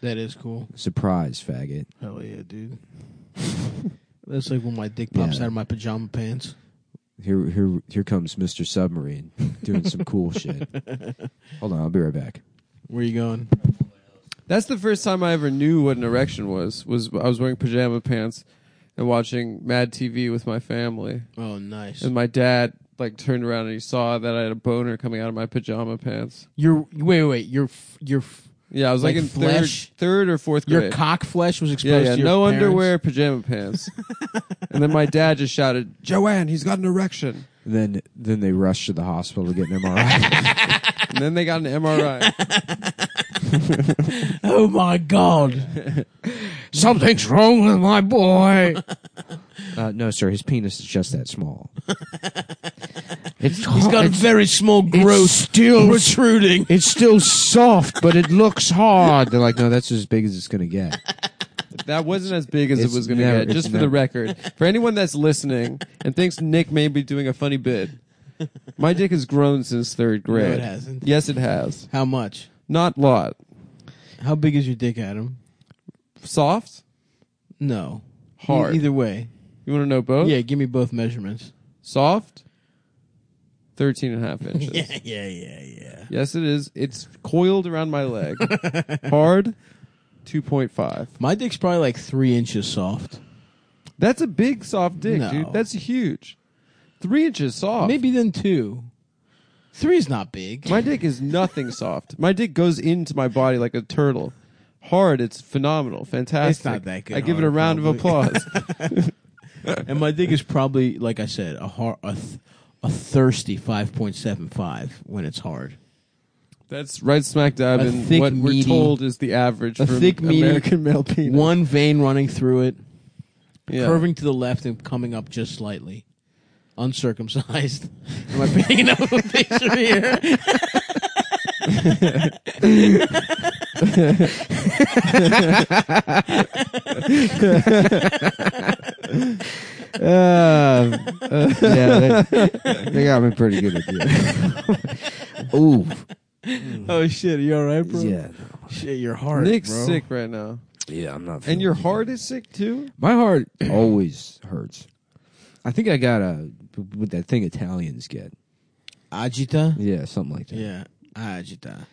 S2: That is cool.
S1: Surprise, faggot.
S2: Hell yeah, dude. That's like when my dick pops
S1: Yeah.
S2: out of my pajama pants.
S1: Here, here, here comes Mr. Submarine doing some cool shit. Hold on, I'll be right back.
S2: Where you going?
S3: That's the first time I ever knew what an erection was. Was I was wearing pajama pants and watching Mad TV with my family,
S2: Oh, nice.
S3: and my dad like turned around and he saw that I had a boner coming out of my pajama pants.
S2: Your wait, wait, your f- your f-
S3: Yeah, I was like,
S2: Like
S3: in
S2: flesh?
S3: third, third or fourth grade.
S2: your cock flesh was exposed
S3: yeah, yeah,
S2: to your
S3: no
S2: parents?
S3: underwear, pajama pants. and then my dad just shouted, "Joanne, he's got an erection!"
S1: Then, then they rush to the hospital to get an MRI.
S3: And then they got an MRI.
S2: Oh my god.
S1: Something's wrong with my boy. Uh, no, sir, his penis is just that small. It's
S2: He's got a very small growth
S1: still
S2: protruding.
S1: It's still soft, but it looks hard. They're like, no, that's as big as it's gonna get.
S3: That wasn't as big as
S1: It's
S3: it was going to
S1: never-
S3: get,
S1: it's
S3: just for the
S1: never-
S3: record. For anyone that's listening and thinks Nick may be doing a funny bit, my dick has grown since third grade.
S2: it hasn't.
S3: Yes, it has.
S2: How much?
S3: Not lot.
S2: How big is your dick, Adam?
S3: Soft?
S2: No.
S3: Hard.
S2: E- Either way.
S3: You want to know both?
S2: Yeah, give me both measurements.
S3: Soft? 13 and a half inches.
S2: yeah, yeah, yeah.
S3: Yes, it is. It's coiled around my leg. Hard? 2.5.
S2: My dick's probably like three inches soft.
S3: That's a big soft dick,
S2: No.
S3: dude. That's huge. Three inches soft.
S2: Maybe then two. Three's not big.
S3: My dick is nothing soft. My dick goes into my body like a turtle. Hard, it's phenomenal, fantastic.
S2: It's not that good,
S3: I give it a
S2: hard,
S3: round of
S2: probably.
S3: applause.
S2: And my dick is probably, like I said, a hard, a, th- a thirsty five point seven five when it's hard.
S3: That's right smack dab
S2: A
S3: in
S2: thick,
S3: what we're
S2: meaty-
S3: told is the average
S2: a
S3: for
S2: thick, meaty-
S3: American male penis.
S2: One vein running through it,
S3: yeah.
S2: curving to the left and coming up just slightly, uncircumcised. Am I picking up a picture here?
S1: Uh, uh, yeah, they, they got me pretty good at that. Ooh,
S2: Oh shit! Are you all right, bro?
S1: yeah,
S2: Shit, you're hard,
S3: Nick's
S2: bro.
S3: sick right now,
S4: Yeah, I'm not.
S3: and your heart is sick too.
S1: my heart always hurts. I think I got a with that thing Italians get.
S2: Agita.
S1: Yeah, something like that.
S2: Yeah, agita.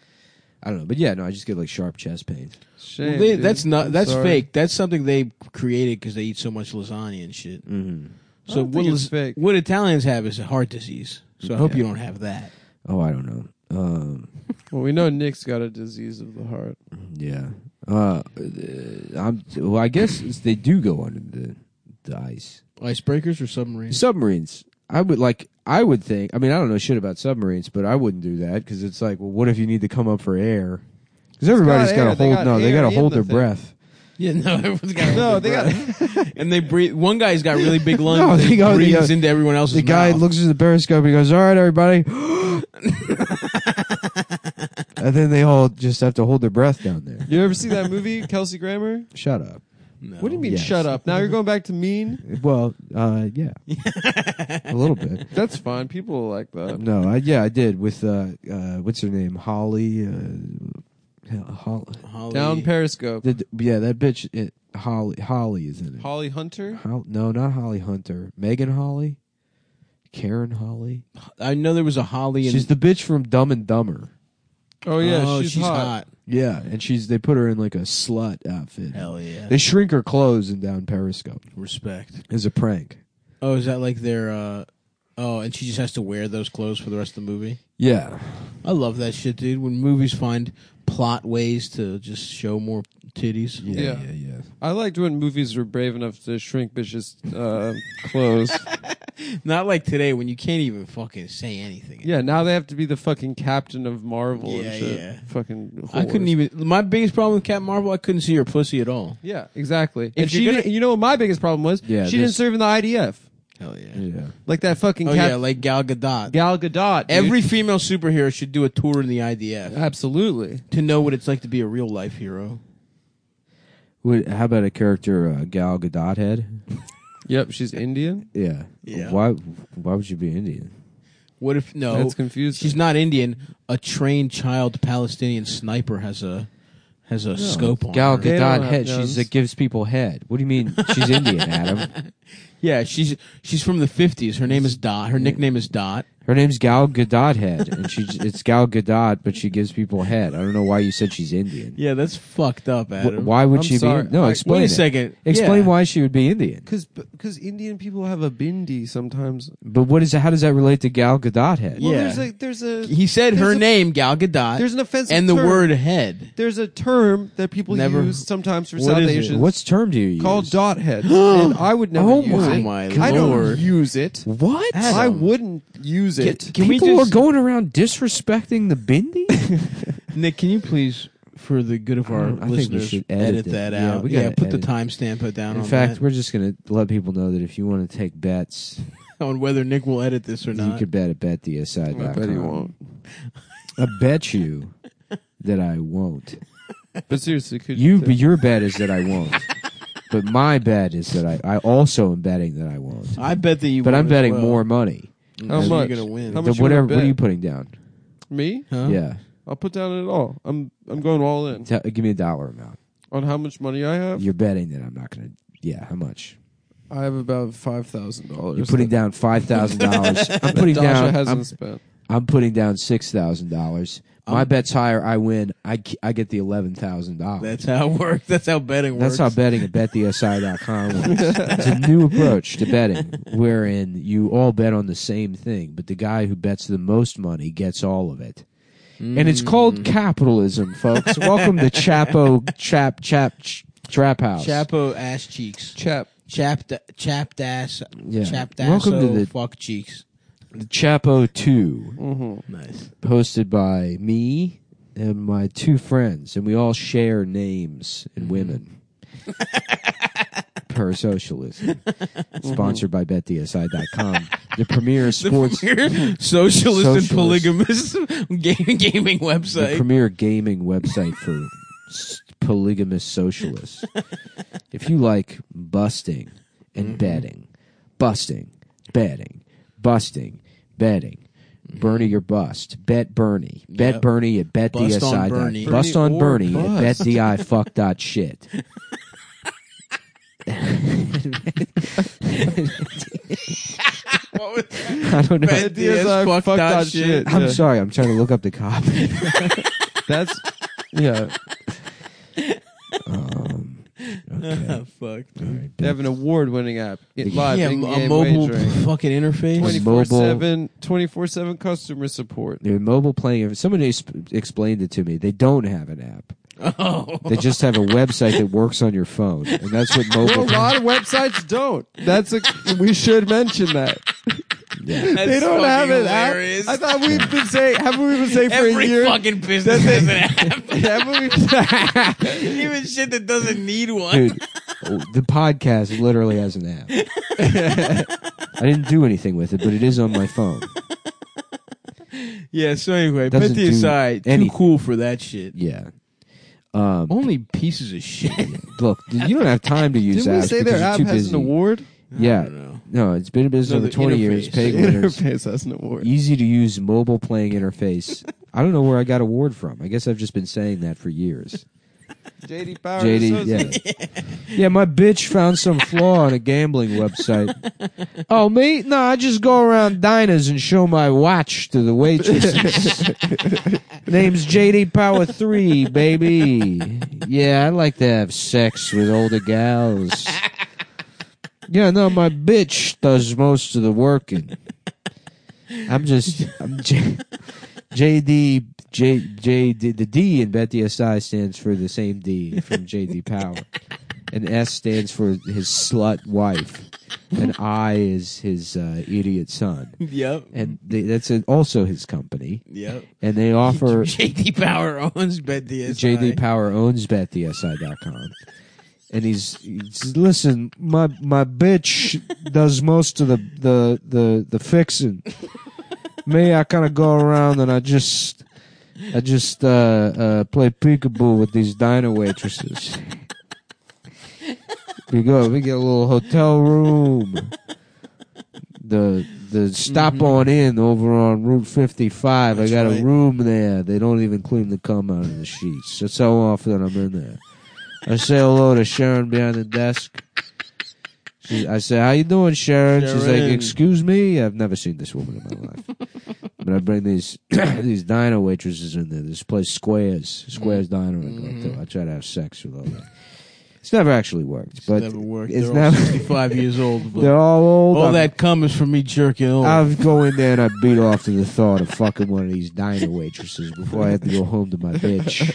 S1: I don't know, but yeah, no, I just get like sharp chest pains.
S3: Shame,
S2: they,
S3: dude.
S2: that's not.
S3: I'm
S2: That's
S3: sorry.
S2: fake. That's something they created because they eat so much lasagna and shit.
S1: Mm-hmm.
S3: I
S2: So
S3: don't
S2: what,
S3: think it's
S2: Las-
S3: fake.
S2: what Italians have is a heart disease. So I hope
S1: Yeah.
S2: you don't have that.
S1: Oh, I don't know. Um,
S3: Well, we know Nick's got a disease of the heart.
S1: yeah. Uh, I'm, well, I guess it's- they do go under the the ice.
S2: Icebreakers or submarines?
S1: submarines i would like i would think i mean i don't know shit about submarines but i wouldn't do that because it's like well what if you need to come up for air because everybody's
S3: got
S1: got
S3: air,
S1: to
S3: they
S1: hold
S3: got
S1: no they
S3: air
S1: got to
S3: in
S1: hold
S3: the
S1: their
S3: thing.
S1: breath
S2: Yeah, no, everyone's got.
S3: No, they got.
S2: and they breathe. One guy's got really big lungs.
S1: No,
S2: and
S1: they
S2: he
S1: go- they
S2: breathes
S3: uh,
S1: go-
S2: into everyone else's.
S1: the guy
S2: mouth.
S1: looks at the periscope and goes all right everybody and then they all just have to hold their breath down there
S3: You ever see that movie, Kelsey Grammer?
S1: shut up
S2: No.
S3: What do you mean?
S1: Yes.
S3: Shut up! Now you're going back to mean.
S1: well uh yeah a little bit
S3: That's fine. People will like that.
S1: no I, yeah i did with uh uh what's her name holly uh holly
S2: Holly,
S3: Down Periscope.
S1: the, yeah that bitch it, holly holly is in it
S3: Holly Hunter.
S1: Hol- no, not Holly Hunter. Megan Holly, Karen Holly.
S2: I know there was a Holly. And,
S1: She's the bitch from Dumb and Dumber.
S3: Oh yeah,
S2: oh,
S3: she's, hot.
S1: Yeah, and she's they put her in like a slut outfit.
S2: Hell yeah.
S1: They shrink her clothes and down Periscope
S2: Respect.
S1: as a prank.
S2: Oh, is that like their? uh Oh, and she just has to wear those clothes for the rest of the movie.
S1: Yeah,
S2: I love that shit, dude. When movies find plot ways to just show more titties.
S3: Yeah.
S1: yeah, yeah.
S3: I liked when movies were brave enough to shrink bitches' uh, clothes.
S2: Not like today when you can't even fucking say anything.
S3: Yeah, now they have to be the fucking captain of Marvel
S2: Yeah,
S3: and shit.
S2: yeah.
S3: Fucking.
S2: I
S3: whores.
S2: couldn't even. My biggest problem with Captain Marvel, I couldn't see her pussy at all.
S3: Yeah, exactly. If,
S2: you're
S3: she,
S2: gonna-
S3: didn't- you know what my biggest problem was?
S1: Yeah, this-
S3: she didn't serve in the IDF.
S2: Hell yeah.
S1: yeah.
S3: Like that fucking.
S2: Oh
S3: cap-
S2: yeah, like Gal Gadot.
S3: Gal Gadot. dude.
S2: Every female superhero should do a tour in the IDF
S3: Absolutely.
S2: to know what it's like to be a real life hero.
S1: Would, how about a character uh, Gal Gadot head?
S3: Yep, she's Indian.
S1: Yeah.
S2: Yeah.
S1: Why? Why would you be Indian?
S2: What if no?
S3: That's confusing.
S2: Oh, She's not Indian. A trained child Palestinian sniper has a has a scope on
S1: Gal
S2: her.
S3: They don't
S1: Gadot
S3: have
S1: head.
S3: guns.
S1: She's that gives people head. What do you mean she's Indian, Adam?
S2: Yeah, she's she's from the fifties. Her name is Dot. Her nickname is Dot.
S1: Her name's Gal Gadot head, and she it's Gal Gadot, but she gives people head. I don't know why you said she's Indian.
S2: Yeah, that's fucked up,
S1: Wh-
S2: Adam.
S1: Why would
S3: I'm
S1: she
S3: sorry.
S1: be? No,
S3: Like,
S1: explain
S2: Wait a
S1: it.
S2: second.
S1: Explain
S2: Yeah.
S1: why she would be Indian.
S3: Because because Indian people have a bindi sometimes.
S1: But what is how does that relate to Gal Gadot head?
S3: Well,
S2: Yeah.
S3: there's a there's a
S2: He said
S3: there's
S2: her
S3: a-
S2: name, Gal Gadot.
S3: There's an offensive
S2: and the
S3: term.
S2: word head.
S3: There's a term that people
S2: Never-
S3: use sometimes for
S2: What
S3: South
S2: is it?
S3: Asians
S1: What's term do you
S3: called
S1: use?
S3: dot heads. and I would never
S1: Oh
S3: use
S1: my
S3: it.
S2: my
S3: I
S2: lord.
S3: don't use it.
S1: what?
S3: I wouldn't use
S2: Can-
S3: it.
S2: can we
S1: People
S2: just-
S1: are going around disrespecting the Bindi.
S2: Nick, can you please, for the good of
S1: I
S2: our
S1: don't- I think we
S2: listeners,
S1: should
S2: edit,
S1: edit it.
S2: that
S1: Yeah,
S2: out?
S1: we
S2: Yeah,
S1: gotta
S2: put
S1: edit.
S2: the timestamp down.
S1: In
S2: on
S1: fact,
S2: that.
S1: we're just going to let people know that if you want to take bets,
S2: on whether Nick will edit this or
S1: you
S2: not.
S1: could bet at betdsi.com.
S3: I bet he won't.
S1: I bet you that I won't.
S3: But seriously, could
S1: You, but your bet is that I won't. But my bet is that I, I also am betting that I won't.
S2: I bet that you.
S1: But
S2: won
S1: I'm
S2: as
S1: betting
S2: well.
S1: more money.
S3: How
S2: So
S3: much?
S2: You're gonna win.
S3: How
S1: Than
S3: much you
S1: whatever.
S3: wanna
S1: What are
S3: bet?
S1: you putting down?
S3: me?
S2: Huh?
S1: Yeah,
S3: I'll put down it all. I'm I'm going all in
S1: Tell, give me a dollar amount.
S3: on how much money I have.
S1: You're betting that I'm not going to. Yeah, how much?
S3: I have about five thousand dollars.
S1: You're putting down five thousand dollars. I'm putting
S3: Dasha
S1: down.
S3: hasn't
S1: I'm,
S3: spent.
S1: I'm putting down six thousand dollars.
S2: Um,
S1: My bet's higher. I win. I, ke- I get the eleven thousand dollars.
S2: That's how it works. That's how betting
S1: That's
S2: works.
S1: how betting at betthesi.com works. it's a new approach to betting wherein you all bet on the same thing, but the guy who bets the most money gets all of it. And it's
S2: Mm.
S1: called capitalism, folks. Welcome to Chapo Chap Chap ch- Trap House.
S2: Chapo ass cheeks.
S3: Chap.
S2: Chap da- chap ass.
S1: Yeah.
S2: Chap
S1: Welcome to the-
S2: fuck cheeks.
S1: The Chapo 2.
S2: Nice.
S1: hosted by me and my two friends, and we all share names and women. per socialism. Sponsored by BetDSI.com, the premier sports, the,
S2: Socialist, and
S1: Socialist.
S2: polygamous gaming, gaming website.
S1: premier gaming website for s- polygamous socialists. if you like busting
S2: Mm-hmm.
S1: and betting, busting, betting, busting, betting, Bernie your bust. Bet Bernie. Bet
S2: Yep.
S1: Bernie at bet
S2: Bust on
S1: DSI.
S2: Bernie.
S1: Bust
S3: Bernie
S1: on
S3: or
S1: Bernie at
S3: bust.
S1: bet DI fuck dot shit.
S2: What was that?
S1: I don't know.
S2: Bet DSI fuck dot shit.
S1: I'm sorry. I'm trying to look up the copy.
S3: That's yeah.
S1: Um, okay.
S2: fuck.
S1: All right.
S3: They have an award-winning app. It live
S2: yeah,
S3: in-game
S2: a mobile
S3: wagering.
S2: fucking interface.
S3: 24/7 24/7 customer support.
S1: Their mobile playing. if Somebody ex- explained it to me. They don't have an app.
S2: Oh,
S1: They just have a website that works on your phone, and that's what
S3: Well, a
S1: mobile.
S3: lot of websites don't. That's a we should mention that. they don't have an app. I thought we've been saying haven't we been saying for
S2: Every
S3: a year?
S2: fucking business
S3: That's
S2: has
S3: it.
S2: an app.
S3: haven't we been-
S2: Even shit that doesn't need one.
S1: Dude, oh, the podcast literally has an app. I didn't do anything with it, but it is on my phone.
S2: Yeah, so anyway,
S1: Doesn't
S2: put the
S1: do
S2: aside. Too
S1: anything.
S2: cool for that shit.
S1: Yeah. Um,
S2: Only pieces of shit.
S1: look, you don't have time to use
S3: Didn't we
S1: apps
S3: say
S1: because
S3: their
S1: you're
S3: app
S1: too
S3: has
S1: busy.
S3: an award?
S1: Yeah.
S2: know.
S1: No, it's been in business
S2: No,
S1: over
S2: the
S1: 20 years.
S2: interface.
S1: Peg winners.
S3: Interface has an award.
S1: Easy to use mobile playing interface. I don't know where I got award from. I guess I've just been saying that for years.
S3: JD Power.
S1: JD, yeah. yeah, my bitch found some flaw in a gambling website. Oh, me? No, I just go around diners and show my watch to the waitresses. Name's JD Power 3, baby. Yeah, I like to have sex with older gals. Yeah, no, my bitch does most of the working. I'm just, I'm J- JD, J, JD, the D in Bet DSI stands for the same D from JD Power. And S stands for his slut wife. And I is his uh, idiot son.
S2: yep.
S1: And they, that's a, also his company.
S2: Yep.
S1: And they offer
S2: JD Power owns Bet DSI.
S1: JD Power owns BetDSI.com. And he's, he's listen, my my bitch does most of the the the, the fixing. Me, I kind of go around and I just I just uh, uh, play peekaboo with these diner waitresses. We go. We get a little hotel room. The the stop on in over on Route 55.
S2: Mm-hmm. That's
S1: I got
S2: right.
S1: a room there. They don't even clean the cum out of the sheets. That's how often I'm in there. I say hello to Sharon behind the desk. She, I say, "How you doing, Sharon?" She's
S3: Sharon.
S1: like, "Excuse me, I've never seen this woman in my life." but I bring these these diner waitresses in there. This place squares, squares
S2: Mm-hmm.
S1: diner. I go to. I try to have sex with all that. It's never actually worked, but
S2: never worked.
S1: it's
S2: They're all
S1: never-
S2: 65 years old. But
S1: they're all old.
S2: all
S1: I'm-
S2: that cum is from me jerking old.
S1: I go in there and I beat off to the thought of fucking one of these diner waitresses before I have to go home to my bitch,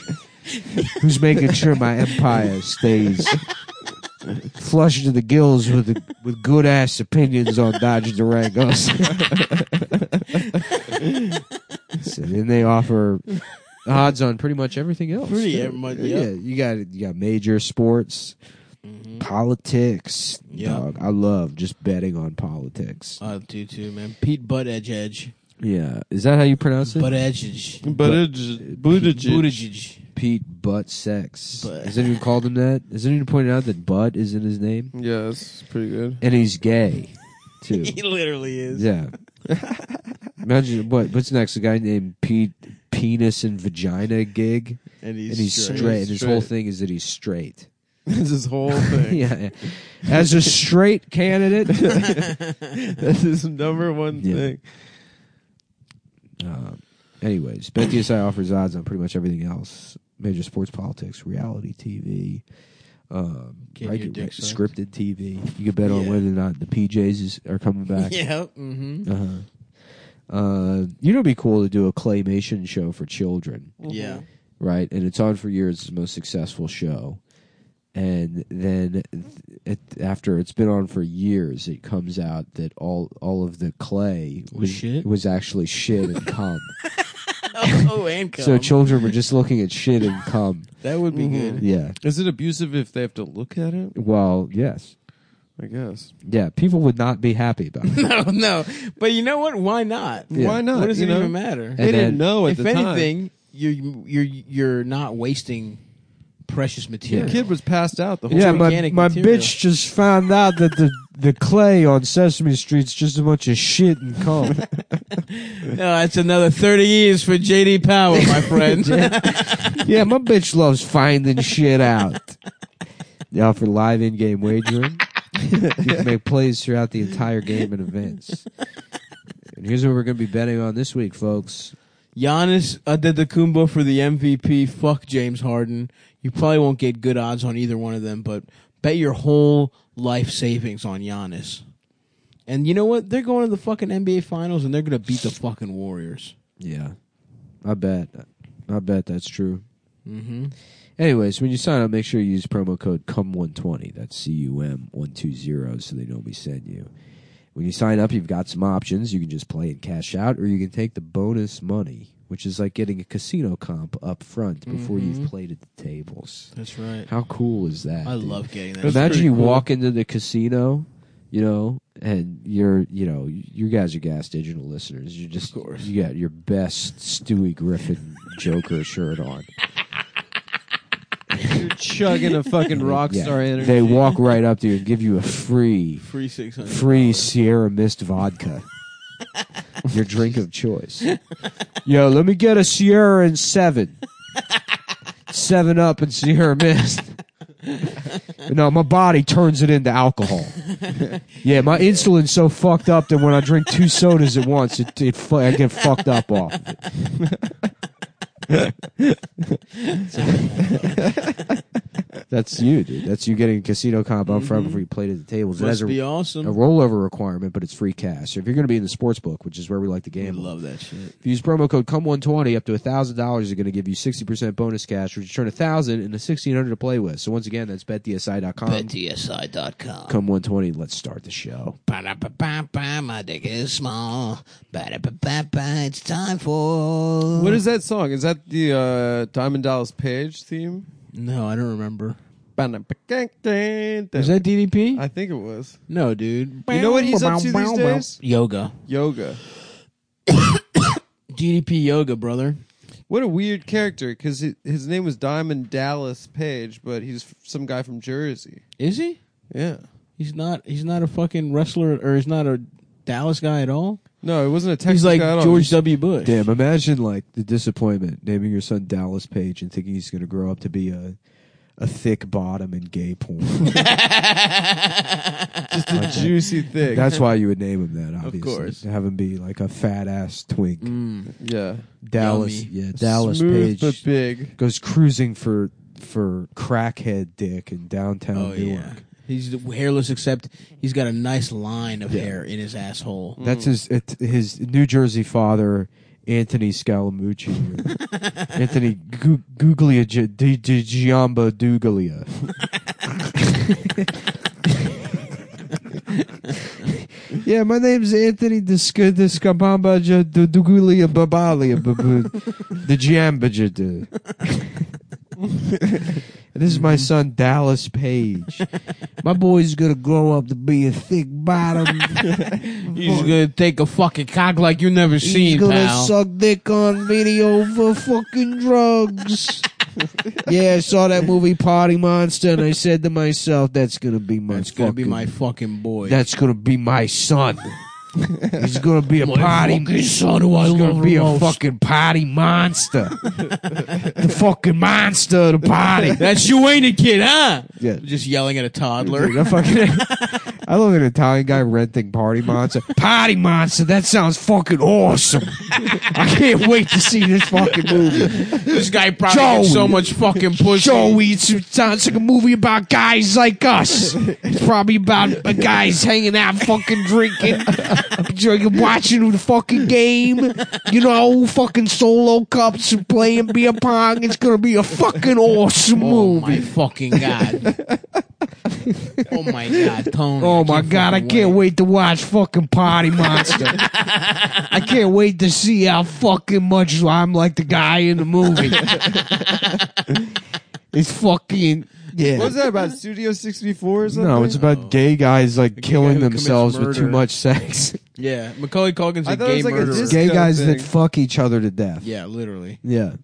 S1: who's making sure my empire stays flush to the gills with the, with good ass opinions on Dodge Durangos. so then they offer odds on pretty much everything else.
S2: Pretty much, yeah. Mm-hmm.
S1: yeah. You got you got major sports. Politics,
S2: Yeah.
S1: dog. I love just betting on politics.
S2: I do too, man. Pete Butt Edge Edge.
S1: Yeah, is that how you pronounce it?
S2: Butt Edge Edge.
S3: But it's Buttigieg.
S2: Buttigieg.
S1: Pete Butt Sex.
S2: Butt.
S1: Has anyone called him that? Has anyone pointed out that Butt is in his name
S3: Yeah, that's pretty good.
S1: and he's gay too?
S2: He literally is.
S1: yeah. Imagine what what's next? A guy named Pete Penis and Vagina Gig,
S2: And he's,
S1: and he's straight. And his
S3: Straight.
S1: whole thing is that he's straight.
S3: That's his whole thing.
S1: yeah. As a straight candidate,
S3: That's his number one
S1: Yeah.
S3: thing.
S1: Um, anyways, BetDSI offers odds on pretty much everything else: major sports, politics, reality TV, um,
S2: Get your dick sucked.
S1: scripted TV. You can bet on
S2: Yeah.
S1: whether or not the PJs is, are coming back.
S2: Yeah. Mm-hmm.
S1: Uh-huh. Uh, you know, it'd be cool to do a claymation show for children,
S2: Yeah.
S1: right? And it's on for years. It's the most successful show. And then, th- it, after it's been on for years, it comes out that all all of the clay
S2: Was shit?
S1: was actually shit and cum.
S2: oh, oh, and cum.
S1: So children were just looking at shit and cum.
S2: that would be
S3: Mhm.
S2: good.
S1: Yeah.
S3: Is it abusive if they have to look at it?
S1: Well, yes.
S3: I guess.
S1: Yeah, people would not be happy about it.
S2: No, no. But you know what? Why not?
S1: Yeah.
S3: Why not?
S2: What does
S3: you
S2: it
S3: know?
S2: even matter?
S1: And
S3: They
S1: then-
S3: didn't know at
S2: if
S3: the time.
S2: anything, you you're you're not wasting precious material.
S3: the kid was passed out the whole
S1: yeah,
S3: time.
S1: my,
S2: organic
S1: my
S2: material.
S1: bitch just found out that the, the clay on Sesame Street's just a bunch of shit and cum.
S2: No, that's another thirty years for JD Power, my friend.
S1: yeah, my bitch loves finding shit out. They offer live in game wagering. you can make plays throughout the entire game and events. And here's what we're going to be betting on this week, folks.
S2: Giannis Antetokounmpo for the MVP. Fuck James Harden. You probably won't get good odds on either one of them, but bet your whole life savings on Giannis. And you know what? They're going to the fucking NBA Finals, and they're going to beat the fucking Warriors.
S1: Yeah. I bet. I bet that's true.
S2: Mm-hmm.
S1: Anyways, when you sign up, make sure you use promo code CUM120. That's C U M 120 so they know we sent you. When you sign up, you've got some options. You can just play and cash out, or you can take the bonus money, which is like getting a casino comp up front before you've played at the tables.
S2: That's right.
S1: How cool is that?
S2: Mm-hmm. I
S1: dude?
S2: love getting that.
S3: That's
S1: Imagine
S3: pretty
S1: you
S3: cool.
S1: walk into the casino, you know, and you're, you know, you guys are gas digital listeners. You just,
S2: course.
S1: you got your best Stewie Griffin Joker shirt on.
S3: You're chugging a fucking rock
S1: Yeah.
S3: star energy.
S1: They walk right up to you and give you a free,
S2: Free six hundred.
S1: free Sierra Mist vodka. Your drink of choice. Yo, let me get a Sierra and seven. Seven up and Sierra Mist. No, my body turns it into alcohol. Yeah, my insulin's so fucked up that when I drink two sodas at once, it, it fu- I get fucked up off. it. That's you, dude. That's you getting a casino comp up front before you play to the tables. It has
S2: Mm-hmm. Must
S1: a-
S2: be awesome.
S1: a rollover requirement, but it's free cash. So if you're going to be in the sports book, which is where we like to
S2: I
S1: gamble,
S2: love that shit.
S1: if you use promo code CUM120, up to $1,000 are going to give you 60% bonus cash, which you turn 1000 into 1600 to play with. So once again, that's betdsi.com.
S2: BetDSI.com.
S1: CUM120, let's start the show.
S2: Ba-da-ba-ba-ba, my dick is small. Ba-da-ba-ba-ba, it's time for.
S3: What is that song? Is that the uh, Diamond Dallas Page theme?
S2: No, I don't remember.
S3: Is
S2: Is that DDP?
S3: I think it was.
S2: no, dude.
S3: You know what he's up to these days?
S2: Yoga.
S3: Yoga.
S2: DDP yoga, brother.
S3: What a weird character, because his name was Diamond Dallas Page, but he's f- some guy from Jersey.
S2: Is he?
S3: Yeah.
S2: He's not. He's not a fucking wrestler, or he's not a Dallas guy at all.
S3: No, it wasn't a Texas
S2: He's like
S3: guy at all.
S2: George
S3: He's-
S2: W. Bush.
S1: Damn, imagine like the disappointment naming your son Dallas Page and thinking he's going to grow up to be a a thick bottom and gay porn.
S3: just a juicy thing.
S1: That's why you would name him that, obviously.
S3: course.
S1: To have him be like a fat ass twink.
S2: Mm.
S3: yeah.
S1: Dallas,
S2: Yummy.
S1: yeah, Dallas Page
S3: Smooth but big.
S1: goes cruising for for crackhead dick in downtown
S2: Oh
S1: Newark.
S2: yeah. He's hairless, except he's got a nice line of hair in his asshole.
S1: That's his it, his New Jersey father, Anthony Scalamucci, or Anthony Gu- Guglia Gi- Di- Di- Giamba Duglia. yeah, my name's Anthony Disc- Discabamba Gi- Du- Duglia Babalia Bu- Bu- the Giamba. Gi- Du. And This is my son Dallas Page. My boy's gonna grow up to be a thick bottom.
S2: He's gonna take a fucking cock like you never
S1: He's
S2: seen,
S1: gonna
S2: pal.
S1: suck dick on video for fucking drugs. yeah, I saw that movie Party Monster, and I said to myself, "That's gonna be my.
S2: That's gonna be
S1: fucking-
S2: my fucking boy.
S1: That's gonna be my son. He's gonna be a party son. Who
S2: I
S1: He's gonna
S2: love
S1: be
S2: the
S1: a
S2: most.
S1: fucking party monster. the fucking monster of the party.
S2: That's you, ain't it, kid? Huh?
S1: Yeah.
S2: Just yelling at a toddler.
S1: Dude, I fucking- I love an Italian guy renting Party Monster. Party Monster, that sounds fucking awesome. I can't wait to see this fucking movie.
S2: this guy probably gets
S1: Joey.
S2: so much fucking pussy.
S1: Joey, it's, it sounds like a movie about guys like us. It's probably about uh, guys hanging out, fucking drinking, drinking, watching the fucking game. You know, fucking solo cups and playing beer pong. It's gonna be a fucking awesome
S2: Oh
S1: movie.
S2: my fucking god! oh my god, Tony!
S1: Oh my god, I
S2: fucking
S1: can't wait to watch fucking Party Monster. I can't wait to see how fucking much I'm like the guy in the movie. it's fucking yeah.
S3: What was that about? Studio 64 or something?
S1: No, it's about gay guys like
S2: who
S1: killing
S2: commits
S1: themselves with too
S2: murder.
S1: much sex.
S2: Yeah, Macaulay Culkin's
S3: I
S2: a
S3: thought it
S2: gay
S3: was like a
S2: murderer.
S3: dis-
S1: gay
S3: Disco
S1: guys
S3: thing.
S1: that fuck each other to death.
S2: yeah, literally.
S1: Yeah.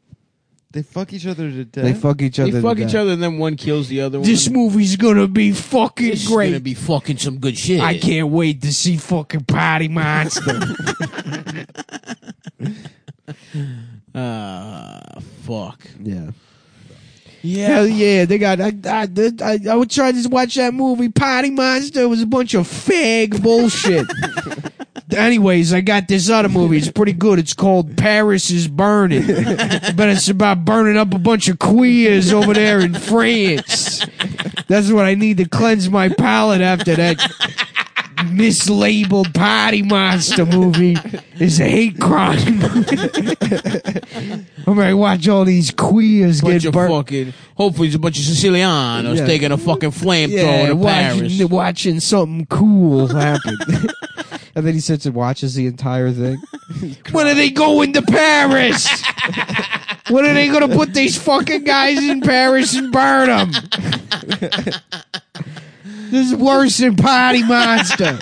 S3: They fuck each other to death.
S1: They fuck each other.
S2: They
S1: to
S2: fuck
S1: death.
S2: each other, and then one kills the other one.
S1: This movie's gonna be fucking
S2: This is
S1: great.
S2: gonna be fucking some good shit.
S1: I can't wait to see fucking Party Monster.
S2: Uh, fuck.
S1: yeah.
S2: Yeah.
S1: Hell yeah, they got. I I, did- I I would try to watch that movie Potty Monster. It was a bunch of fag bullshit. Anyways, I got this other movie. It's pretty good. It's called Paris is Burning, but it's about burning up a bunch of queers over there in France. That's what I need to cleanse my palate after that mislabeled potty monster movie is a hate crime. I'm gonna watch all these queers
S2: Bunch
S1: get
S2: of
S1: burnt.
S2: fucking. Hopefully, it's a bunch of Sicilianos
S1: Yeah.
S2: taking a fucking flamethrower to Paris.
S1: watching, watching something cool happen. and then he sits and watches the entire thing. when are they going to Paris? when are they going to put these fucking guys in Paris and burn them? this is worse than Potty Monster.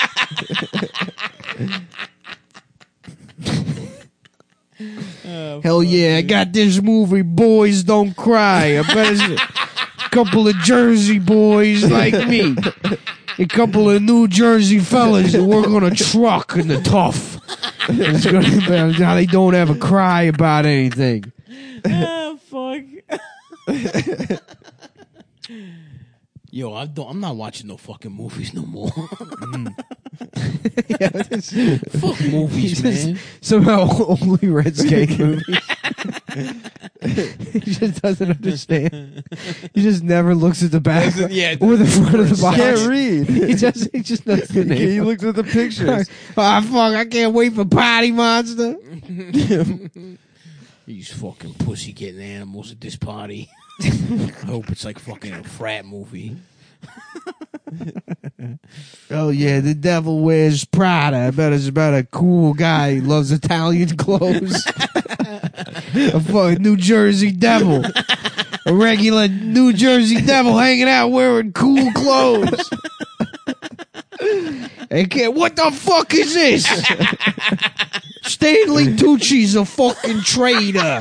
S1: Hell yeah, I got this movie, Boys Don't Cry. I bet it's a couple of Jersey boys like me. A couple of New Jersey fellas that work on a truck in the tough. It's gonna be, now they don't ever cry about anything.
S2: Yo, I don't, I'm not watching no fucking movies no more. Fuck movies, man.
S1: Somehow only Red's Cake movies. he just doesn't understand. He just never looks at the back
S2: yeah,
S1: or the front of the
S3: I
S1: box.
S3: can't read.
S1: He just he just doesn't.
S3: he looked at the pictures.
S1: Oh fuck! I can't wait for Potty Monster.
S2: These fucking pussy getting animals at this party. I hope it's like fucking a frat movie.
S1: Oh yeah, the devil wears Prada. I bet it's about a cool guy who loves Italian clothes. a fucking New Jersey devil. A regular New Jersey devil hanging out wearing cool clothes. And can't, what the fuck is this? Stanley Tucci's a fucking traitor.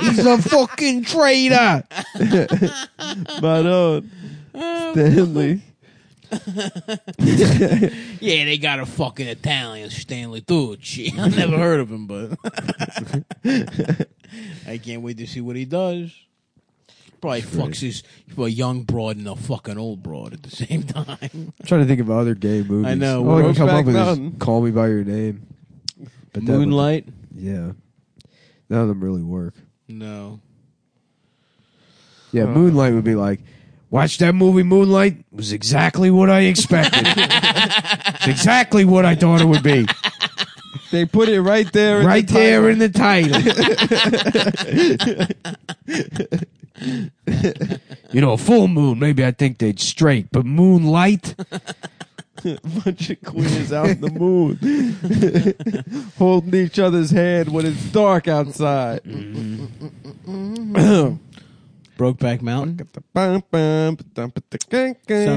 S1: He's a fucking traitor.
S3: uh, My own. Stanley.
S2: Yeah, they got a fucking Italian Stanley Tucci. I never heard of him, but I can't wait to see what he does. Probably fucks his a young broad and a fucking old broad at the same time.
S1: I'm trying to think of other gay movies.
S2: I know.
S1: All I can
S3: Brokeback
S1: come up with
S3: Mountain.
S1: is Call Me by Your Name. But that would-
S2: Moonlight?
S1: yeah, none of them really work.
S2: No.
S1: Yeah, Moonlight would be like, watch that movie. Moonlight It was exactly what I expected. it's exactly what I thought it would be.
S3: They put it right there. in
S1: right
S3: the
S1: there
S3: title.
S1: in the title. you know, a full moon. Maybe I think they'd straight, but moonlight.
S3: a bunch of queers out in the moon, holding each other's hand when it's dark outside.
S2: Brokeback Mountain?
S3: Sounds
S2: Sounds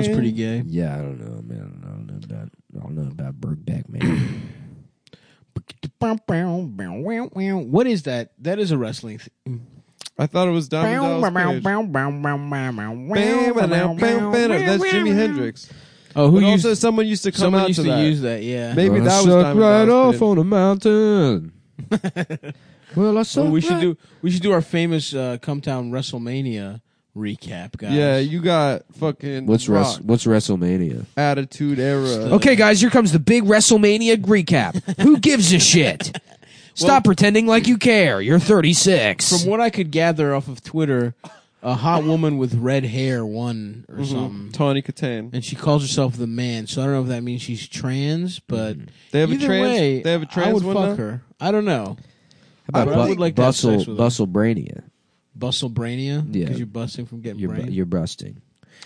S2: pretty gay.
S1: Yeah, I don't know, man. I don't know about. I don't know about Bergback, man.
S2: What is that? That is a wrestling theme.
S3: I thought it was Diamond Dallas Page. That's Jimi Hendrix.
S2: Oh, who
S3: But
S2: used,
S3: also, someone used to come
S2: someone
S3: out
S2: used
S3: to
S2: to,
S3: that.
S2: use that? Yeah.
S3: Maybe
S1: Well, I
S3: that was
S1: sucked
S3: Diamond
S1: right
S3: Dallas
S1: off on
S3: Page.
S1: a mountain. well, I saw.
S2: Well, we should do we should do our famous uh, Come Town WrestleMania recap, guys.
S3: Yeah, you got fucking
S1: What's
S3: rock,
S1: Wres- What's WrestleMania?
S3: attitude era.
S1: Okay, guys, here comes the big WrestleMania recap. Who gives a shit? Stop pretending like you care. You're 36.
S2: From what I could gather off of Twitter, a hot woman with red hair won
S3: Mm-hmm.
S2: or something,
S3: Tawny Katan.
S2: and she calls herself the Man. So I don't know if that means she's trans, but
S3: Mm-hmm. They have a
S2: either
S3: trans-
S2: Way,
S3: they have a
S2: I would
S3: trans one
S2: fuck
S3: now?
S2: her. I don't know.
S1: How
S2: But I would like to have sex with her.
S1: Brania?
S2: Bustle brania
S1: Yeah.
S2: because you're busting from getting
S1: You're,
S2: brain.
S1: you're busting.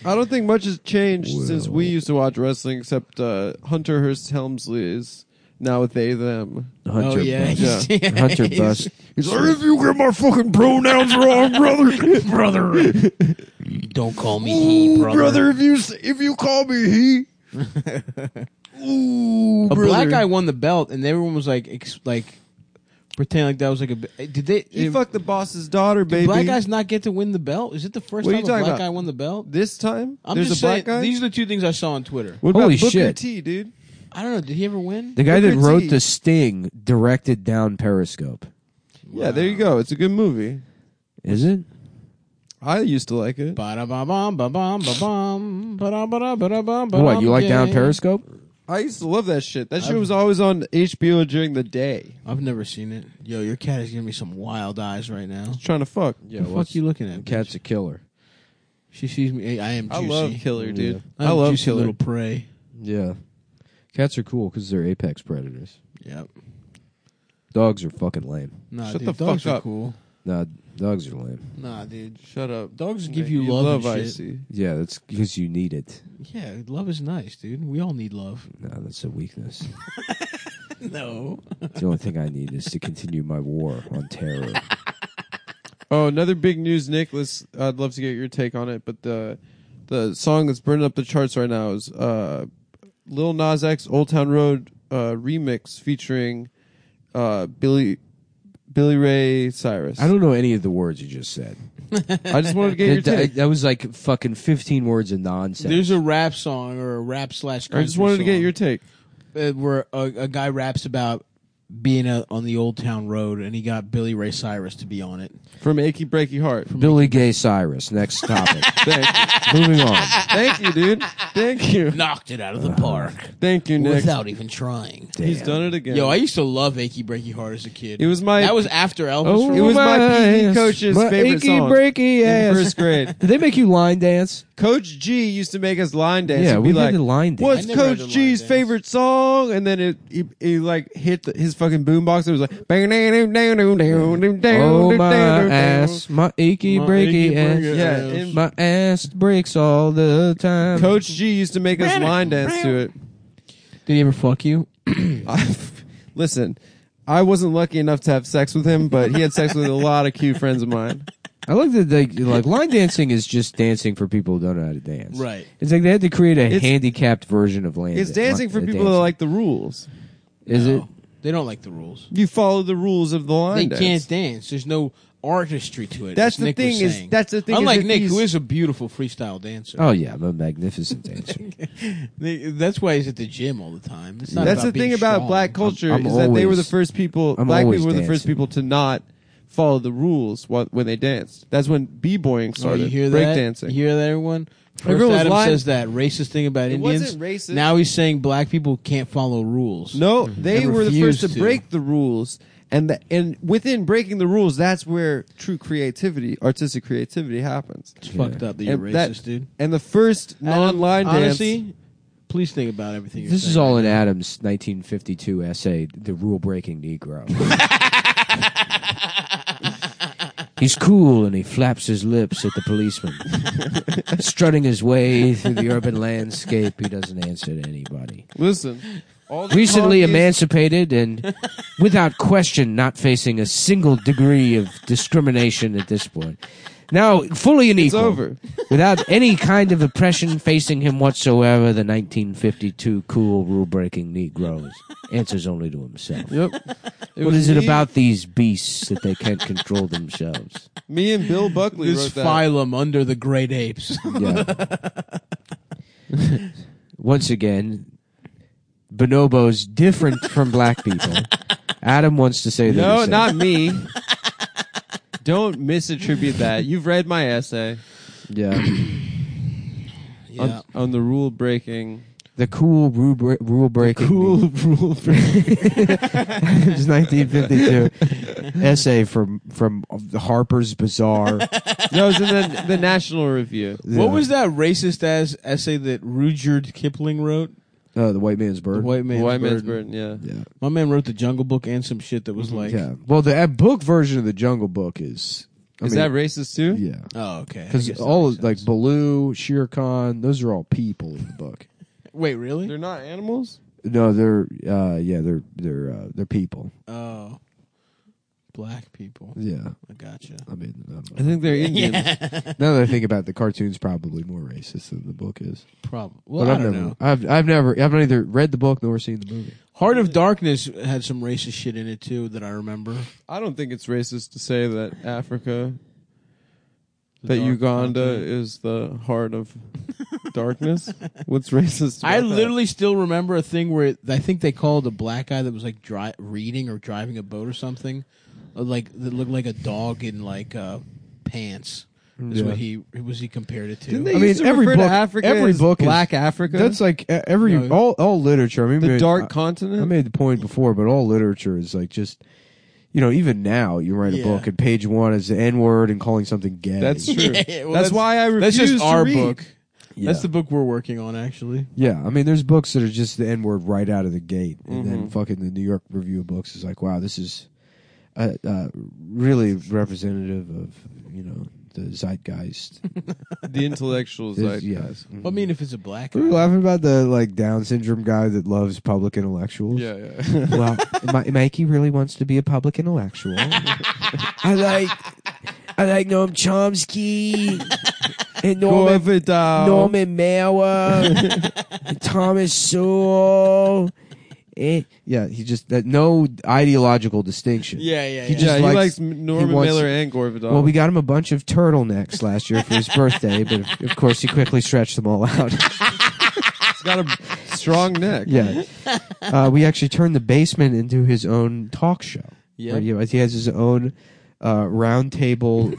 S3: I don't think much has changed since we used to watch wrestling, except uh, Hunter Hearst Helmsley is now with they them.
S1: Hunter
S2: oh yeah,
S1: bust.
S3: bust.
S1: Hunter
S2: He's-
S1: bust. He's like, if you get my fucking pronouns wrong, brother, brother,
S2: Don't call me he, brother.
S3: if you if you call me he,
S2: A black guy won the belt, and everyone was like, ex- like, pretending like that was like a. bi- Did they?
S3: he
S2: it-
S3: fucked the boss's daughter,
S2: Did
S3: baby.
S2: black guys not get to win the belt? Is it the first time
S3: What are
S2: a
S3: you
S2: black
S3: talking about?
S2: guy won the belt?
S3: this time,
S2: I'm
S3: there's
S2: just
S3: a
S2: saying.
S3: black guy.
S2: These are the two things I saw on Twitter.
S3: what about
S1: Holy
S3: Booker
S1: shit.
S3: T, dude?
S2: I don't know. Did he ever win?
S1: The guy that
S3: Booker
S1: wrote
S3: T.
S1: the Sting directed down Periscope.
S3: Yeah, there you go. It's a good movie.
S1: Is it?
S3: I used to like it.
S2: Ba-da-ba-bum, ba-bum, ba-bum, ba-da-ba-da-ba-da-bum,
S1: What
S2: ba-dum,
S1: you like down
S2: yeah.
S1: Periscope?
S3: I used to love that shit. That shit was always on HBO during the day.
S2: I've never seen it. Yo, your cat is giving me some wild eyes right now.
S3: Trying to fuck. Yeah,
S2: What the fuck you looking at?
S1: Cat's
S2: bitch?
S1: a killer.
S2: She sees me. I I am
S3: I
S2: juicy.
S3: love Killer, dude.
S2: I'm
S3: I love
S2: juicy
S3: Killer.
S2: little prey.
S1: Yeah, cats are cool because they're apex predators.
S2: Yep.
S1: Dogs are fucking lame.
S2: Nah,
S3: Shut
S2: dude,
S3: the
S2: dogs
S3: fuck
S2: are
S3: up.
S2: cool.
S1: Nah, dogs are lame.
S2: Nah, dude.
S3: Shut up.
S2: Dogs
S3: Man,
S2: give you love and shit.
S3: Icy.
S1: Yeah, that's because you need it.
S2: Yeah, love is nice, dude. We all need love.
S1: Nah, that's a weakness.
S2: No.
S1: the only thing I need is to continue my war on terror.
S3: Oh, another big news, Nicholas. I'd love to get your take on it, but the the song that's burning up the charts right now is uh, Lil Nas X "Old Town Road" uh, remix featuring uh, Billy Billy Ray Cyrus.
S1: I don't know any of the words you just said.
S3: I just wanted to get your
S1: That,
S3: take.
S1: that was like fucking 15 words of nonsense.
S2: There's a rap song or a rap slash.
S3: I just wanted to get your take.
S2: your uh, where a, a guy raps about being a, on the old town road, and he got Billy Ray Cyrus to be on it.
S3: From Achy Breaky Heart.
S1: Billy Gay Cyrus. Next topic.
S3: Thank,
S1: Moving on.
S3: thank you, dude. Thank you.
S2: Knocked it out of the
S3: Uh,
S2: park
S3: Thank you, Nick.
S2: without even trying.
S3: He's done it again.
S2: Yo, I used to love Achy Breaky Heart as a kid.
S3: It was my-
S2: that was after Elvis.
S1: Oh,
S3: it was
S1: My
S3: my, PE
S1: ass.
S3: coach's
S1: My
S3: favorite
S1: achy
S3: song
S1: breaky
S3: in
S1: ass.
S3: first grade.
S1: Did they make you line dance?
S3: Coach G used to make us line dance.
S1: Yeah,
S3: He'd
S1: we
S3: be
S1: had
S3: like,
S1: the line dance.
S3: What's
S2: I never had
S3: Coach
S2: the line
S3: G's
S2: dance.
S3: favorite song? And then it he, he like hit the, his fucking boombox. It was like, bang, dang, dang, dang, dang, dang, dang, dang,
S1: Oh
S3: dang,
S1: my
S3: dang, dang.
S1: ass, my achy
S2: My
S1: breaky
S2: achy
S1: ass.
S2: breaky
S3: Yeah, ass. and-
S1: my ass breaks all the time.
S3: Coach G used to make us line dance to it.
S2: Did he ever fuck you?
S3: I've- Listen, I wasn't lucky enough to have sex with him, but he had sex with a lot of cute friends of mine.
S1: I like that they like line dancing is just dancing for people who don't know how to dance.
S2: Right.
S1: It's like they had to create a
S3: It's-
S1: handicapped version of line.
S3: It's dancing for people that like the rules.
S1: Is it?
S2: They don't like the rules.
S3: You follow the rules of the line.
S2: They
S3: dance.
S2: can't dance. There's no artistry to it.
S3: That's
S2: as
S3: the
S2: Nick was
S3: thing is-
S2: saying.
S3: that's the thing is
S2: Unlike
S3: that
S2: Nick, who
S3: these-
S2: is a beautiful freestyle dancer.
S1: Oh yeah, I'm a magnificent dancer.
S2: They- That's why he's at the gym all the time. It's not
S3: That's
S2: about
S3: the
S2: being
S3: thing about
S2: strong.
S3: black culture
S1: I'm
S3: is that they were the
S1: always-
S3: first people.
S1: I'm
S3: black
S1: always
S3: people were the first
S1: dancing.
S3: people to not follow the rules wh- when they danced. That's when b boying
S2: Oh,
S3: started.
S2: you hear
S3: break
S2: that?
S3: dancing.
S2: You hear that, everyone? First
S3: Everyone was
S2: Adam
S3: lying.
S2: says that racist thing about
S3: It
S2: Indians.
S3: wasn't racist.
S2: Now he's saying black people can't follow rules.
S3: no, they
S2: And
S3: were the
S2: refused
S3: first to,
S2: to.
S3: break the rules, and the, and within breaking the rules, that's where true creativity, artistic creativity, happens.
S2: it's fucked up that you're
S3: And
S2: racist,
S3: that-
S2: dude.
S3: And the first
S2: Adam,
S3: non-line
S2: honestly,
S3: dance.
S2: please think about everything. You're
S1: this
S2: saying.
S1: is all in Adams' 1952 essay, "The Rule Breaking Negro." He's cool and he flaps his lips at the policeman. Strutting his way through the urban landscape, he doesn't answer to anybody.
S3: Listen, all the
S1: Recently
S3: commies-
S1: emancipated and without question not facing a single degree of discrimination at this point. Now fully and
S3: It's
S1: equal.
S3: over.
S1: Without any kind of oppression facing him whatsoever, the 1952 cool rule breaking Negroes answers only to himself.
S3: Yep.
S1: what
S3: was
S1: is it
S3: me-
S1: about these beasts that they can't control themselves?
S3: Me and Bill Buckley
S2: this
S3: wrote that.
S2: phylum under the great apes.
S1: Yeah. Once again, bonobos different from black people. Adam wants to say that.
S3: No,
S1: he's-
S3: not me. Don't misattribute that. You've read my essay
S1: yeah.
S2: yeah.
S3: on, on the rule breaking.
S1: The cool rule, bre- rule breaking.
S3: Cool rule breaking.
S1: It's 1952 essay from from Harper's Bazaar.
S3: no, it's in the, the National Review.
S2: What was that racist ass essay that Rudyard Kipling wrote?
S1: Uh, the white man's bird.
S2: The White Man's,
S3: White man's Mhm.
S2: Burden.
S3: burden. Yeah.
S1: yeah,
S2: My man wrote the Jungle Book and some shit that was like,
S1: yeah. Well, the uh, book version of the Jungle Book is. I
S3: Is
S1: mean,
S3: that racist too?
S1: Yeah,
S2: oh okay, I
S1: because
S2: guess that
S1: all
S2: makes
S1: of, like
S2: sense.
S1: Baloo, Shere Khan, those are all people in the book.
S2: wait, really?
S3: They're not animals.
S1: No, they're uh, yeah, they're they're uh, they're people.
S2: Oh, black people.
S1: Yeah,
S2: I gotcha.
S1: I mean, I don't
S3: I
S1: know.
S3: think they're Indians.
S1: now that I think about it, the cartoon's probably more racist than the book is.
S2: Probably. Well,
S1: but
S2: I
S1: I've
S2: don't
S1: never,
S2: know.
S1: I've I've never, I've neither read the book nor seen the movie.
S2: Heart of Darkness had some racist shit in it too that I remember.
S3: I don't think it's racist to say that Africa,
S2: The
S3: that
S2: dark
S3: Uganda
S2: continent.
S3: is the heart of darkness. What's racist?
S2: I
S3: about that?
S2: literally still remember a thing where it, I think they called a black guy that was like dri- reading or driving a boat or something, uh, like that looked like a dog in like uh, pants. Is
S1: Yeah.
S2: what he was he compared it to.
S3: Didn't they
S1: I mean,
S3: used to
S1: every
S3: refer to
S1: book-
S3: Africa
S1: every
S3: as
S1: book is-
S3: Black Africa.
S1: That's like uh, every
S2: No.
S1: all all literature. I mean,
S3: the
S1: I-
S3: dark
S1: I,
S3: continent.
S1: I made the point before, but all literature is like just. You know, even now, you write a
S2: Yeah.
S1: book and page one is the N word and calling something gay.
S3: That's true.
S2: Yeah, well,
S3: that's,
S2: that's-
S3: why I refuse
S2: Uh, That's just
S3: to
S2: our
S3: read.
S2: book.
S1: Yeah.
S2: That's the book we're working on actually.
S1: Yeah, I mean, there's books that are just the N word right out of the gate, and then
S3: Mhm.
S1: fucking the New York Review of Books is like, wow, this is uh, uh, really representative of you know the zeitgeist. Mm-hmm.
S3: The intellectuals.
S1: Is-
S3: Like,
S1: yes.
S2: I mean, if it's a black
S1: We were
S2: guy.
S1: laughing about the like Down syndrome guy that loves public intellectuals.
S3: yeah, yeah.
S1: Well, Mi- Mikey really wants to be a public intellectual. I like, I like Noam Chomsky and Norman
S3: Go um, it down.
S1: Norman Mailer, Thomas Sowell. Eh, Yeah, he just that no ideological distinction.
S2: Yeah, yeah,
S1: He
S2: yeah.
S3: yeah,
S1: just
S3: he
S1: likes-
S3: likes, M Norman
S1: wants-
S3: Mailer and Gore Vidal.
S1: Well, we got him a bunch of turtlenecks last year for his birthday, but of- of course he quickly stretched them all out.
S3: He's got a strong neck.
S1: yeah, uh, we actually turned the basement into his own talk show.
S2: Yeah.
S1: where he, he has his own uh, roundtable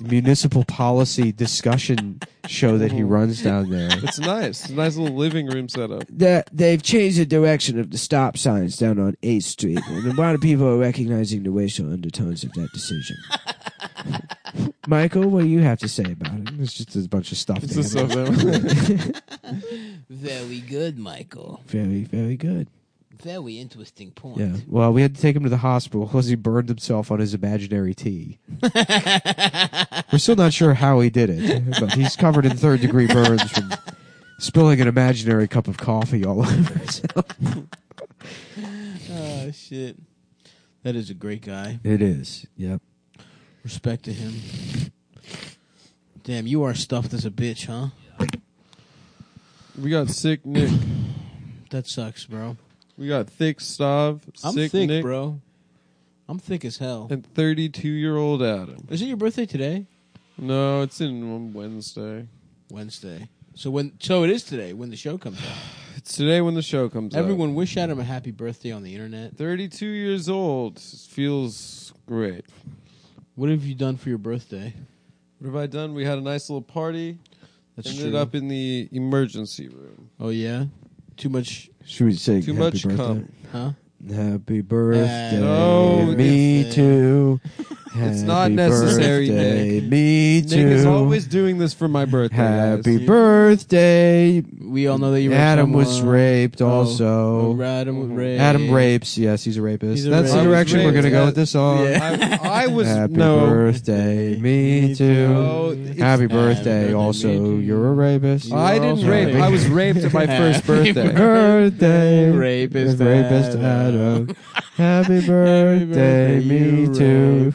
S1: municipal policy discussion show that he runs down there.
S3: It's nice. It's a nice little living room setup.
S1: that they've changed the direction of the stop signs down on 8th Street, and a lot of people are recognizing the racial undertones of that decision. Michael, what do you have to say about it? It's just a bunch of stuff.
S3: It's just so them.
S2: Very good, Michael.
S1: Very, very good.
S2: Very interesting point.
S1: Yeah. Well, we had to take him to the hospital because he burned himself on his imaginary tea. We're still not sure how he did it, but he's covered in third degree burns from spilling an imaginary cup of coffee all over himself.
S2: Oh shit. That is a great guy.
S1: It is. Yep.
S2: Respect to him. Damn, you are stuffed as a bitch, huh?
S3: we got sick Nick.
S2: That sucks, bro.
S3: We got Thick Stav,
S2: I'm
S3: Sick
S2: thick,
S3: Nick,
S2: bro. I'm thick as hell.
S3: and 32 year old Adam.
S2: Is it your birthday today?
S3: No, it's in on Wednesday.
S2: Wednesday. So when so it is today when the show comes out.
S3: It's today when the show comes out.
S2: Everyone wish Adam a happy birthday on the internet.
S3: 32 years old feels great.
S2: What have you done for your birthday?
S3: What have I done? We had a nice little party.
S2: That's
S3: Ended
S2: true.
S3: up in the emergency room.
S2: oh yeah, too much,
S1: Should we say
S3: Too
S1: happy
S3: much
S1: birthday?
S3: cum. Uh,
S2: huh?
S1: Happy birthday,
S3: No,
S1: me
S2: it's-
S1: too.
S3: It's
S1: Happy
S3: not necessary,
S1: birthday, Me too.
S3: Nick is always doing this for my birthday. guys.
S1: Happy birthday.
S2: We all know that you. were
S1: Adam
S2: someone-
S1: was raped.
S2: Oh,
S1: also,
S2: oh, Adam was raped.
S1: Adam rapes. Yes, he's a rapist.
S2: He's a
S1: That's the
S3: rapist.
S1: direction we're gonna go
S3: Yeah.
S1: with this song.
S2: Yeah.
S3: I, I was
S1: Happy
S3: no.
S1: birthday, me
S2: Me
S1: too.
S3: No, it's-
S1: Happy
S2: Happy
S1: birthday.
S2: birthday,
S1: Also,
S2: me too.
S1: you're a rapist.
S2: You
S3: I
S2: were
S3: didn't
S2: also
S3: rape.
S2: raped.
S3: I was raped at my first birthday.
S1: birthday,
S2: Rapist
S1: rapist
S2: Adam.
S1: Adam. Happy birthday,
S2: birthday,
S1: me
S2: you
S1: too.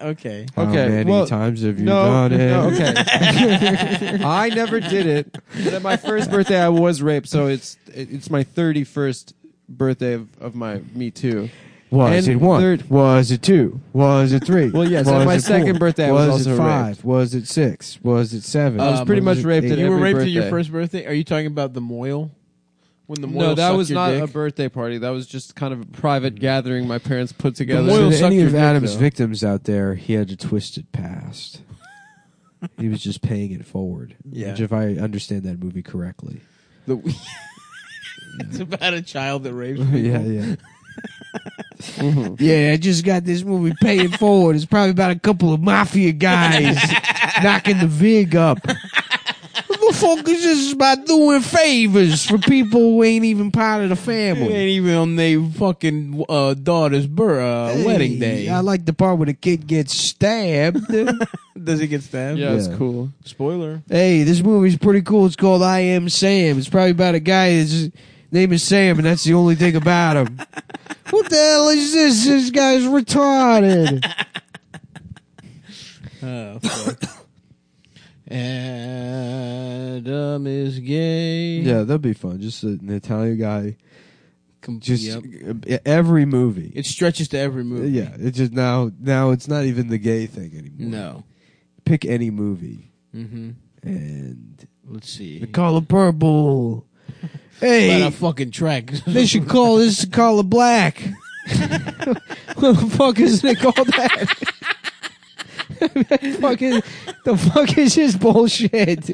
S2: Okay.
S1: How
S3: Okay,
S1: many
S3: well,
S1: times have you
S3: No,
S1: done it?
S3: no, okay. I never did it. But at my first birthday, I was raped. So it's it- it's my thirty first birthday of, of my Me Too.
S1: Was
S3: And
S1: it one?
S3: third-
S1: was it two? Was it three?
S3: Well, yes,
S1: Was
S3: on my
S1: it
S3: second
S1: four?
S3: birthday, I was
S1: was, it
S3: also
S1: five?
S3: raped.
S1: Was it six? Was it seven?
S2: I was
S1: Um,
S3: pretty much
S1: it
S3: raped at
S1: eight?
S2: You were
S3: every
S2: raped at your
S3: birthday.
S2: first birthday. Are you talking about the Moyle? When the Moyle
S3: no, that
S2: sucked
S3: was
S2: your
S3: not
S2: dick?
S3: a birthday party. That was just kind of a private gathering my parents put together.
S1: So
S2: Moyle
S1: to
S2: sucked
S1: any
S2: your
S1: of
S2: dick,
S1: Adam's
S2: though.
S1: victims out there, he had a twisted past. he was just paying it forward.
S2: Yeah.
S1: Which if I understand that movie correctly.
S2: The- it's about a child that rapes.
S1: yeah, yeah. Yeah, I just got this movie paying forward. It's probably about a couple of mafia guys knocking the vig up. What the fuck is this about doing favors for people who ain't even part of the
S2: It
S1: family?
S2: ain't even on their fucking uh, daughter's bur- uh, wedding day.
S1: I like the part where the kid gets stabbed.
S2: Does he get stabbed?
S3: yeah, it's
S1: Yeah.
S3: cool.
S2: Spoiler.
S1: hey, this movie's pretty cool. It's called I Am Sam. It's probably about a guy that's name is Sam, and that's the only thing about him. what the hell is this? This guy's retarded.
S2: Oh, fuck. Adam is gay.
S1: Yeah, that'd be fun. Just an Italian guy.
S2: Com-
S1: Just
S2: yep.
S1: uh, every movie.
S2: it stretches to every movie.
S1: Yeah, it's just now. Now it's not even the gay thing anymore.
S2: No.
S1: pick any movie
S2: Mm-hmm.
S1: and
S2: Let's see.
S1: the color purple.
S2: About
S1: Hey,
S2: a fucking track.
S1: they should call this the color black. what the fuck is they call that? fuck is, the fuck is this bullshit?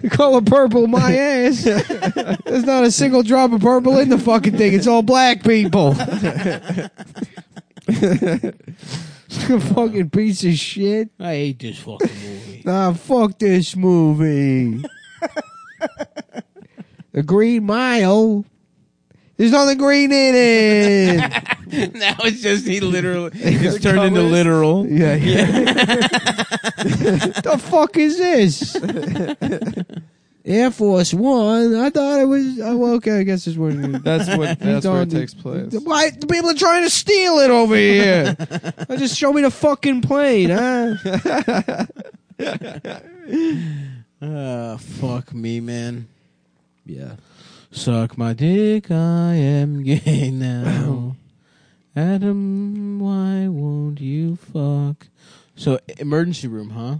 S1: The color purple, my ass. There's not a single drop of purple in the fucking thing. It's all black people. fucking piece of shit.
S2: I hate this fucking movie.
S1: Ah, fuck this movie. the Green Mile. There's nothing green in it.
S2: now it's just he literally it's
S1: The
S2: turned into
S1: colours.
S2: literal.
S1: yeah, yeah. the fuck is this? Air Force One. I thought it was. Oh, well, okay, I guess it's what.
S3: That's what. That's where
S1: on
S3: it
S1: the-
S3: takes place.
S1: Why the people are trying to steal it over here? Now just show me the fucking plane, huh?
S2: Uh, fuck me, man.
S1: Yeah.
S2: Suck my dick, I am gay now. Adam, why won't you fuck? So emergency room, huh?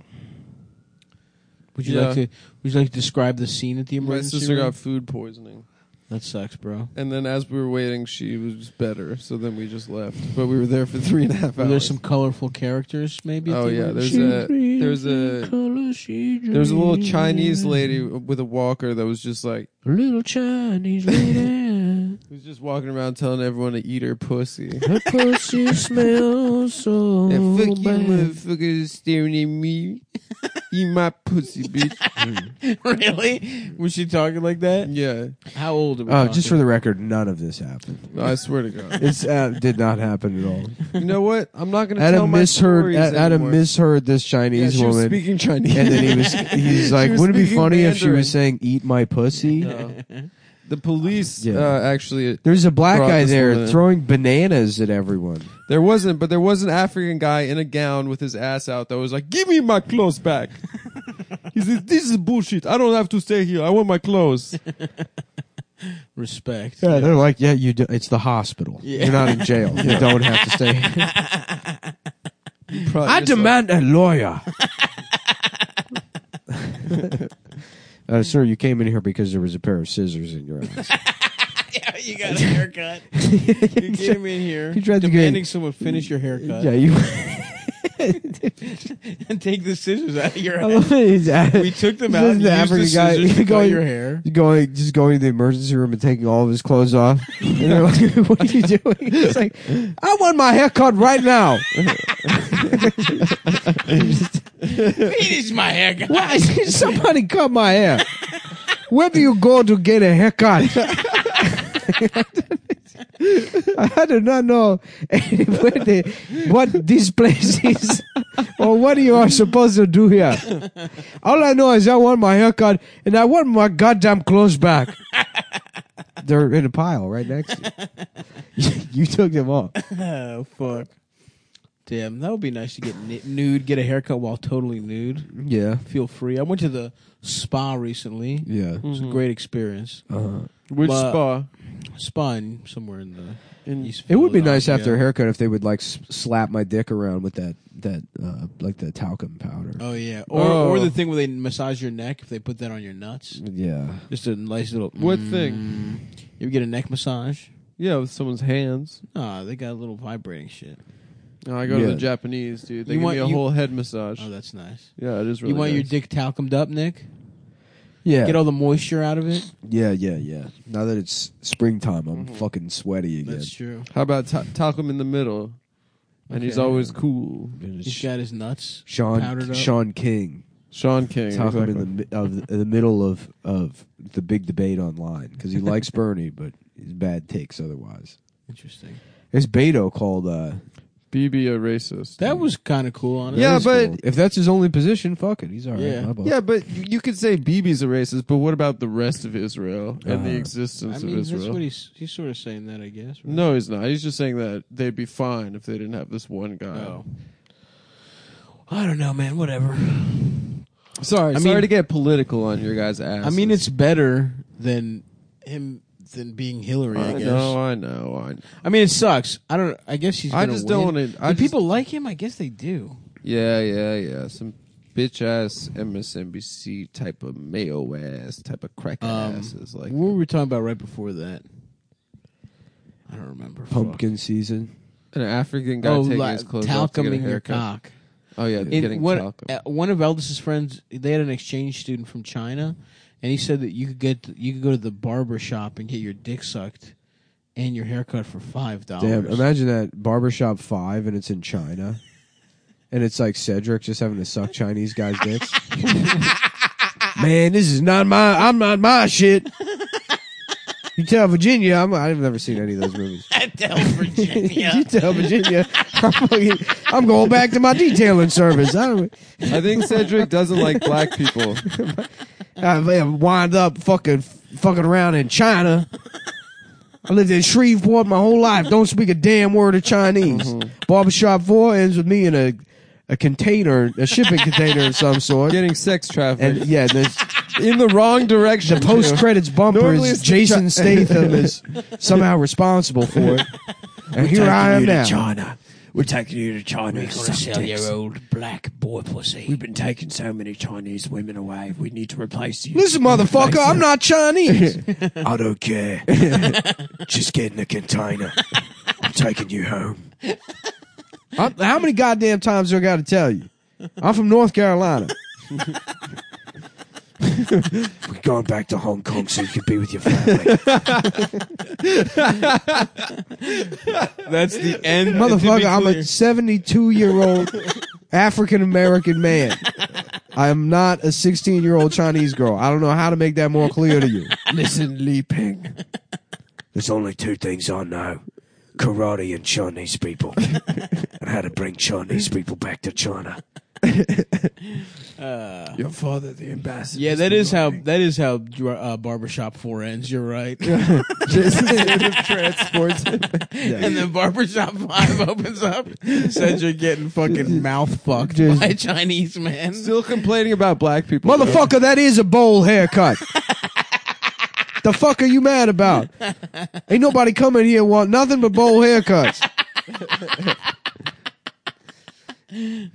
S2: Would you
S3: Yeah.
S2: like to would you like to describe the scene at the
S3: My
S2: emergency
S3: sister
S2: room?
S3: got food poisoning.
S2: that sucks, bro.
S3: And then as we were waiting, she was better. So then we just left. But we were there for three and a half
S2: Were
S3: hours.
S2: there some colorful characters maybe? at
S3: Oh,
S2: the
S3: yeah,
S2: emergency
S3: there's
S2: room?
S3: a- there's a- there was a little Chinese lady with a walker that was just like
S1: little Chinese lady.
S3: was just walking around telling everyone to eat her pussy.
S1: Her pussy smells so
S3: and fuck you,
S1: bad.
S3: motherfuckers staring at me. eat my pussy, bitch.
S2: really? Was she talking like that?
S3: yeah,
S2: How old? Are we
S1: Uh, just for
S2: talking?
S1: the record, none of this happened.
S3: I swear to God.
S1: It's uh, did not happen at all.
S3: You know what? I'm not gonna tell
S1: Adam
S3: my
S1: misheard.
S3: stories
S1: A- Adam
S3: anymore.
S1: misheard this
S3: Yeah,
S1: Chinese
S3: she was
S1: woman,
S3: speaking Chinese.
S1: and then he was he's like,
S3: was
S1: "Wouldn't it be
S3: speaking
S1: funny if she
S3: Mandarin.
S1: was saying eat my pussy?"
S3: No. The police
S1: Yeah.
S3: uh, actually
S1: There's a black
S3: Brought
S1: guy
S3: this
S1: there
S3: woman in.
S1: throwing bananas at everyone.
S3: There wasn't, but there was an African guy in a gown with his ass out that was like, "Give me my clothes back." he says, "This is bullshit. I don't have to stay here. I want my clothes."
S2: Respect.
S1: Yeah, they're like, yeah, you. Do, it's the hospital. You're not in jail. You don't have to stay.
S3: Probably
S1: I
S3: just like-
S1: demand a lawyer. uh, sir, you came in here because there was a pair of scissors in your eyes.
S2: Yeah, you got a haircut.
S3: you came in here
S1: You tried to get-
S2: demanding someone finish your haircut
S1: yeah, you.
S2: and take the scissors out of your
S1: I
S2: head.
S1: love it. Oh, He's at-
S2: We took them
S1: This
S2: out
S1: is
S2: and
S1: the African
S2: used the
S1: guy.
S2: scissors to cut
S1: Going-
S2: your hair.
S1: going just going to the emergency room and taking all of his clothes off. And they're like, "What are you doing?" He's like, "I want my hair cut right now."
S2: Finish my haircut.
S1: Why somebody cut my hair? Where do you go to get a haircut? I do not know where the, what this place is or what you are supposed to do here. All I know is I want my haircut and I want my goddamn clothes back. They're in a pile right next to you. you took them off.
S2: Oh fuck. Damn, that would be nice to get ni- nude, get a haircut while totally nude.
S1: Yeah.
S2: Feel free. I went to the spa recently.
S1: Yeah.
S2: It was a great experience.
S3: Mhm. which
S2: But-
S3: spa
S2: Spa in, somewhere in the
S3: in
S2: East.
S1: It would be nice after
S2: Philadelphia.
S1: a haircut if they would like s- slap my dick around with that that uh, like the talcum powder.
S2: Oh yeah, or
S3: Oh.
S2: or the thing where they massage your neck if they put that on your nuts.
S1: Yeah,
S2: Just a nice little.
S3: What
S2: Mm.
S3: thing?
S2: You ever get a neck massage?
S3: yeah with someone's hands.
S2: Ah, they got a little vibrating shit.
S3: No, I go to
S1: Yeah.
S3: the Japanese dude. They
S2: You
S3: give
S2: want-
S3: me a
S2: you-
S3: whole head massage.
S2: Oh, that's nice.
S3: yeah, it is really.
S2: you want your
S3: nice.
S2: dick talcumed up, Nick?
S1: yeah,
S2: Get all the moisture out of it.
S1: yeah, yeah, yeah. Now that it's springtime, I'm fucking sweaty again.
S2: That's true.
S3: How about ta- talcum in the middle? And he's
S2: Okay.
S3: always cool.
S1: And it's
S2: He's got his nuts. powdered
S1: Sean
S2: up.
S1: Sean King
S3: Sean King.
S1: talking
S3: exactly.
S1: in the mi- of the, in the middle of of the big debate online because he likes Bernie, but his bad takes otherwise.
S2: Interesting.
S1: It's Beto called. Uh,
S3: BB a racist.
S2: That was kind of cool, honestly.
S3: Yeah, but-
S1: if that's his only position, fuck it, he's all right.
S2: Yeah.
S1: my ball.
S3: yeah, but you you could say BB's a racist, but what about the rest of Israel and
S1: Uh,
S3: the
S2: I
S3: existence
S2: mean,
S3: of
S2: that's
S3: Israel?
S2: what he's he's sort of saying that, I guess. right?
S3: no, he's not. He's just saying that they'd be fine if they didn't have this one guy.
S2: Oh. I don't know, man. Whatever.
S3: Sorry,
S2: I
S3: sorry
S2: mean-
S3: to get political on your guys' ass.
S2: I mean, it's better than him than being Hillary. I,
S3: I
S2: guess.
S3: know, I know, I know.
S2: I mean, it sucks. I don't. I guess he's.
S3: I
S2: gonna
S3: just
S2: win.
S3: don't wanna- I
S2: Do
S3: just-
S2: people like him? I guess they do.
S3: Yeah, yeah, yeah. Some bitch ass MSNBC type of mayo ass type of crack
S2: Um,
S3: asses like
S2: what were we talking about right before that? I don't remember. Fuck.
S1: pumpkin season.
S3: an African guy
S2: Oh,
S3: taking
S2: like
S3: his clothes off to get a
S2: talcuming your
S3: haircut.
S2: cock.
S3: Oh yeah,
S2: It-
S3: getting
S2: one,
S3: talcum.
S2: uh, one of Eldest's friends, they had an exchange student from China, and he said that you could get you could go to the barber shop and get your dick sucked and your haircut for five
S1: Damn,
S2: dollars.
S1: imagine that barbershop five and it's in China. And it's like Cedric just having to suck Chinese guys' dicks. Man, this is not my I'm not my shit. You tell Virginia, I'm I've never seen any of those movies.
S2: Tell Virginia.
S1: You tell Virginia, I'm, fucking, I'm going back to my detailing service. I don't
S3: I think Cedric doesn't like black people.
S1: I wind up fucking fucking around in China. I lived in Shreveport my whole life. Don't speak a damn word of Chinese.
S3: Mm-hmm.
S1: Barbershop four ends with me in a a container, a shipping container of some sort.
S3: Getting sex
S1: And
S3: trafficked
S1: yeah, there's
S3: in the wrong direction.
S1: the post credits bumper
S3: Normally it's
S1: is
S3: the
S1: Jason
S3: Chi-
S1: Statham is somehow responsible for it. And here I am
S4: you
S1: now.
S4: to China. We're taking you to China.
S5: We're
S4: to
S5: gonna
S4: suck
S5: sell
S4: dicks.
S5: your old black boy pussy.
S4: We've been taking so many Chinese women away. We need to replace you.
S1: Listen, motherfucker, I'm not Chinese.
S4: I don't care. Just get in the container. I'm taking you home.
S1: I'm, how many goddamn times do I got to tell you? I'm from North Carolina.
S4: We're going back to Hong Kong so you can be with your family.
S2: That's the end,
S1: Motherfucker, I'm a 72 year old African American man. I am not a 16 year old Chinese girl. I don't know how to make that more clear to you.
S4: Listen, Li Ping. There's only two things I know karate and Chinese people, and how to bring Chinese people back to China. your father, the ambassador.
S2: Yeah, that is how that is how dr- uh, barbershop four ends. You're right.
S1: Jason Statham transports him.
S2: and then barbershop five opens up. Says you're getting fucking mouth fucked
S1: Just-
S2: by a Chinese man.
S3: Still complaining about black people.
S1: Motherfucker, that is a bowl haircut. The fuck are you mad about? Ain't nobody coming here want nothing but bowl haircuts.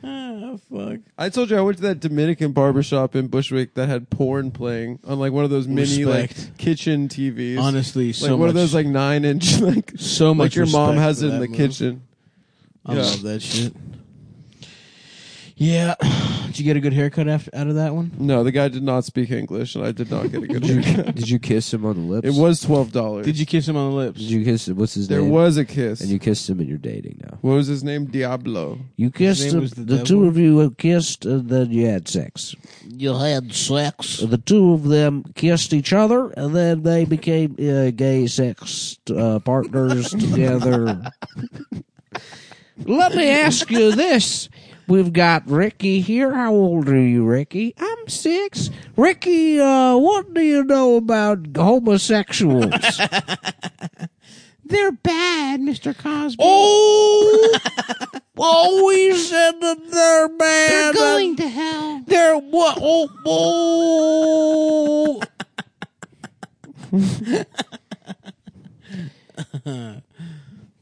S2: Oh, fuck.
S3: I told you I went to that Dominican barbershop in Bushwick that had porn playing on like one of those mini
S2: Respect.
S3: like kitchen TVs.
S2: Honestly,
S3: like
S2: so
S3: one of
S2: much-
S3: those like nine inch like
S2: So much
S3: like your mom
S2: respect
S3: has
S2: for
S3: it in
S2: that
S3: the
S2: move.
S3: kitchen.
S2: I
S3: Yeah.
S2: love that shit. Yeah. Did you get a good haircut after, out of that one?
S3: No, the guy did not speak English, and I did not get a good. haircut.
S1: Did you kiss him on the lips?
S3: it was twelve dollars.
S2: Did you kiss him on the lips?
S1: Did you kiss him? What's his
S3: There
S1: name?
S3: was a kiss.
S1: And you kissed him, and you're dating now.
S3: what was his name? Diablo.
S5: You
S2: name
S5: kissed him.
S2: was the
S5: The,
S2: devil.
S5: two of you were kissed, and then you had sex.
S2: You had sex.
S5: The two of them kissed each other, and then they became uh, gay sex uh, partners together. Let me ask you this. We've got Ricky here. How old are you, Ricky? I'm six. Ricky, uh, what do you know about homosexuals? They're bad, Mr. Cosby. Oh! oh, we said that they're bad. They're going to hell. They're what? Oh, oh.
S2: oh.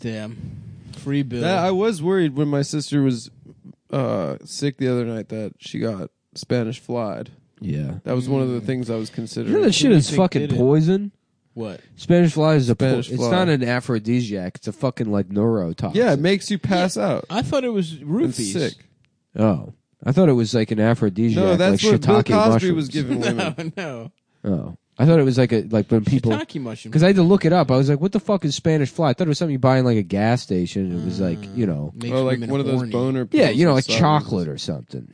S2: Damn. Free bill.
S3: That, I was worried when my sister was uh, sick the other night that she got Spanish flied.
S1: Yeah. Mm.
S3: That was one of the things I was
S1: You know
S3: considering.
S1: that shit
S2: do you
S1: is
S2: think
S1: fucking
S2: did it?
S1: poison.
S2: what?
S1: Spanish fly is a po-
S3: Spanish
S1: it's
S3: fly.
S1: not an aphrodisiac. It's a fucking like neurotoxin.
S3: yeah, it makes you pass out.
S2: I thought it was
S3: It's
S2: roofies.
S3: sick.
S1: oh, I thought it was like an aphrodisiac.
S3: No, that's
S1: like
S3: what Bill
S1: shiitake
S3: Cosby
S1: mushrooms.
S3: was giving
S2: No,
S3: women.
S2: no.
S1: Oh, I thought it was like a like when people
S2: Shiitake mushroom.
S1: because I had to look it up. I was like, what the fuck is Spanish fly? I thought it was something you buy in like a gas station. It was like you know,
S2: Makes
S3: Or like
S2: women
S3: one of those
S2: horny.
S3: boner.
S1: yeah,
S3: pills
S1: you know,
S3: or
S1: like
S3: something.
S1: chocolate or something.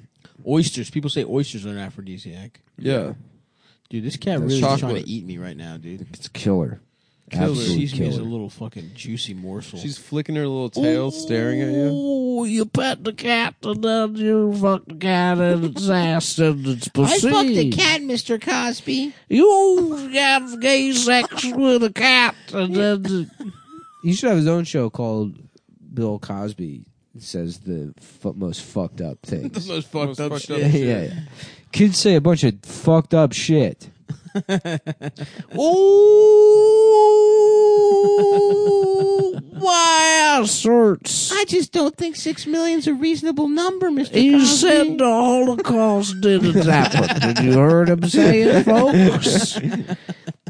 S2: Oysters. People say oysters are an aphrodisiac.
S3: Yeah,
S2: Dude, this cat
S1: That's
S2: really is trying
S3: chocolate.
S2: to eat me right now, dude.
S1: It's killer,
S3: Killer.
S1: absolute
S2: She's me as a
S1: killer.
S2: little fucking juicy morsel.
S3: she's flicking her little tail, staring at you.
S5: Ooh, you pet the cat and then you fuck the cat and its ass and its pussy.
S2: cat, Mr. Cosby.
S5: You have gay sex with a cat and then
S1: He should have his own show called Bill Cosby says the fu- most fucked up
S2: The
S1: things.
S2: most fucked
S3: Most
S2: up
S3: fucked
S2: shit.
S3: up
S1: yeah, yeah, yeah. Kids say a bunch of fucked up shit.
S5: ooh, my ass hurts.
S2: I just don't think six million's a reasonable number, Mr.
S5: He said the Holocaust didn't happen. Did you heard him say it, folks?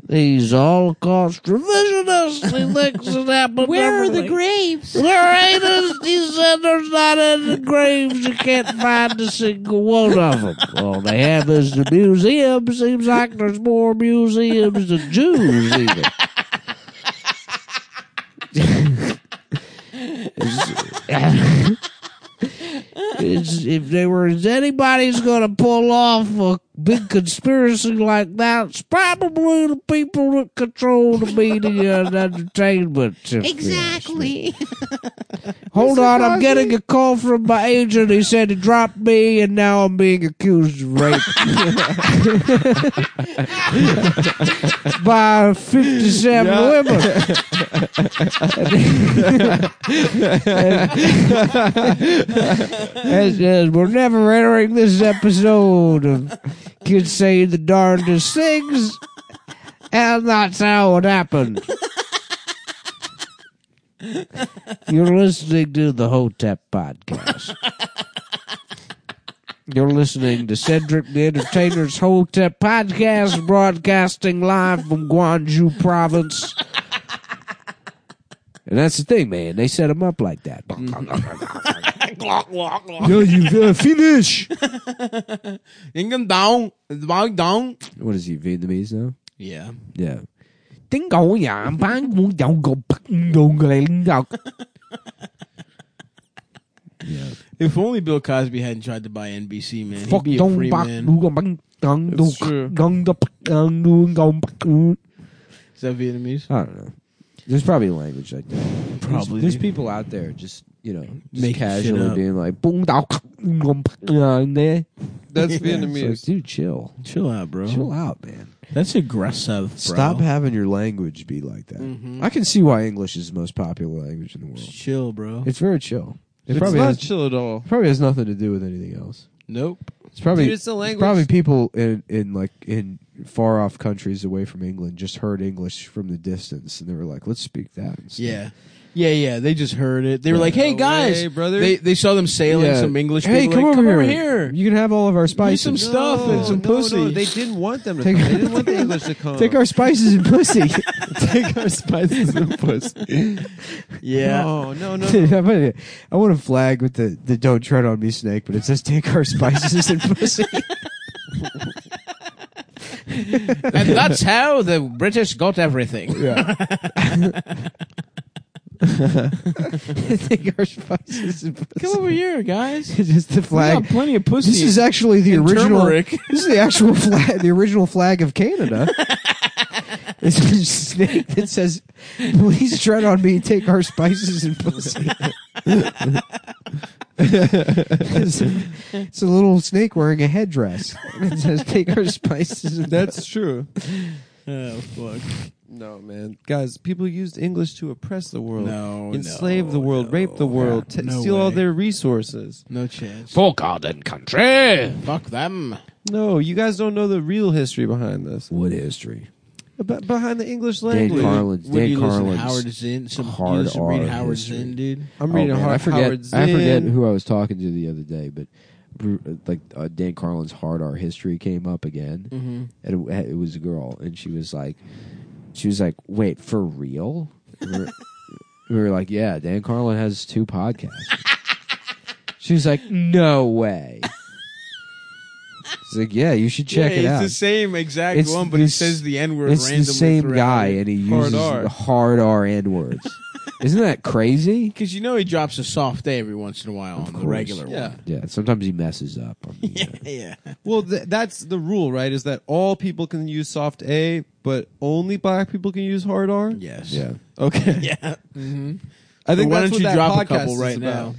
S5: He's Holocaust revisionist. He thinks it happened. Where are the graves? There ain't. A, he said there's not any graves. You can't find a single one of them. All they have is the museum. Seems like there's more museums than Jews. Even. It's, if there was anybody's going to pull off a big conspiracy like that, it's probably the people that control the media and entertainment. if you ask me. Hold on, I'm getting a call from my agent. He said he dropped me, and now I'm being accused of rape by 57
S3: Yeah.
S5: women. As, as we're never entering this episode of Kids Say the Darndest Things, and that's how it happened. You're listening to the Hotep Podcast. You're listening to Cedric the Entertainer's Hotep Podcast, broadcasting live from Guangzhou Province.
S1: And that's the thing, man. They set him up like that.
S2: Mm-hmm.
S5: No, you uh, finish.
S2: Ding and dong. Dong dong.
S1: What is he Vietnamese now?
S2: Yeah.
S1: Yeah.
S5: Ding dong, yeah, bang, boom, dong, go, bang, dong, go, ding, dong.
S2: If only Bill Cosby hadn't tried to buy NBC, man.
S5: Fuck,
S2: He'd be a
S5: dong,
S2: free
S5: bang,
S2: man.
S5: dong, go, bang, dong, dong,
S3: It's true.
S5: dong, dong, dong, dong, dong, dong.
S2: Is that Vietnamese?
S1: I don't know. There's probably language like that. There's-
S2: Probably.
S1: There's, people out there just, you know, just
S2: Making shit
S1: casually
S2: up.
S1: being like, boom, dao, dong, dong, dong, dong."
S3: That's
S1: It's like,
S3: Vietnamese.
S1: dude, chill.
S2: Chill out, bro.
S1: Chill out, man.
S2: That's aggressive, bro.
S1: Stop having your language be like that. I can see why English is the most popular language in the
S2: Just
S1: world.
S2: Chill, bro.
S1: It's very chill. It
S3: It's
S1: probably,
S3: not
S1: has,
S3: chill at all.
S1: probably has nothing to do with anything else.
S2: Nope.
S1: It's probably
S3: Dude, it's the
S1: it's
S3: language.
S1: probably people in in like in far off countries away from England just heard English from the distance, and they were like, "Let's speak that." instead."
S2: Yeah. Yeah, yeah. They just heard it. They were like, "Hey
S3: No
S2: guys,
S3: way, brother."
S2: They they saw them sailing
S1: Yeah.
S2: some English.
S1: Hey,
S2: people
S1: come,
S2: were like,
S1: over,
S2: come
S1: here.
S2: over here.
S1: You can have all of our
S2: Do
S1: spices.
S2: some stuff and some
S3: no, no,
S2: pussy.
S3: they didn't want them to
S1: Take-
S3: come. They didn't want the English to come.
S1: Take our spices and pussy.
S3: Take our spices and pussy.
S2: yeah.
S3: No, no, no. no.
S1: Dude, I'm gonna- I want to flag with the, the "Don't tread on me, snake," but it says "Take our spices and pussy."
S2: and that's how the British got everything.
S1: Yeah. Take our spices and pussy.
S2: Come over here, guys.
S1: It's just the
S2: Flag.
S1: flag.
S2: got plenty of pussy.
S1: This is actually the
S2: and
S1: original.
S2: turmeric.
S1: This is the actual flag. The original flag of Canada. It's a snake that says, "Please tread on me. Take our spices and pussy." it's, a, it's a little snake wearing a headdress. It says, "Take our spices." And
S3: That's true.
S2: oh fuck.
S3: No, man, guys, people used English to oppress the world,
S2: No,
S3: enslave
S2: no,
S3: the world,
S2: no.
S3: rape the world,
S2: Yeah,
S3: t-
S2: no
S3: steal all
S2: way.
S3: their resources.
S2: No chance.
S5: For God and country.
S2: Fuck them.
S3: No, you guys don't know the real history behind this.
S1: what history?
S3: Ab- behind the English language.
S1: Carlin's-
S2: Would
S1: Dan
S2: you listen to
S1: Carlin's
S2: Howard Zinn? Some, you
S1: hard
S2: listen to read
S1: R
S2: Howard
S1: history.
S2: Zinn, dude.
S3: I'm reading
S1: oh, man,
S3: Har-
S1: I forget.
S3: Howard Zinn.
S1: I forget who I was talking to the other day, but br- like uh, Dan Carlin's hard art history came up again,
S2: Mm-hmm.
S1: and it, it was a girl, and she was like, she was like, "Wait, for real?" We were, we were like, "Yeah, Dan Carlin has two podcasts." she was like, "No way." She's like, "Yeah, you should check it out."
S2: It's the same exact
S1: It's
S2: one, but
S1: the
S2: he
S1: s-
S2: says the N word
S1: It's
S2: randomly.
S1: the same guy, and he
S3: Hard
S1: uses
S3: R.
S1: the hard R and words. Isn't that crazy?
S2: Because you know he drops a soft A every once in a while on the
S1: course.
S2: regular
S3: Yeah.
S1: Yeah, sometimes he messes up. on the, uh,
S2: one. Yeah.
S3: Well, th- that's the rule, right? Is that all people can use soft A, but only black people can use hard R?
S2: Yes.
S1: yeah.
S3: Okay.
S2: Yeah. Mm-hmm.
S3: I think
S2: Why don't
S3: that's what
S2: you
S3: that
S2: drop a
S3: podcast
S2: couple
S3: is
S2: right
S3: about.
S2: now?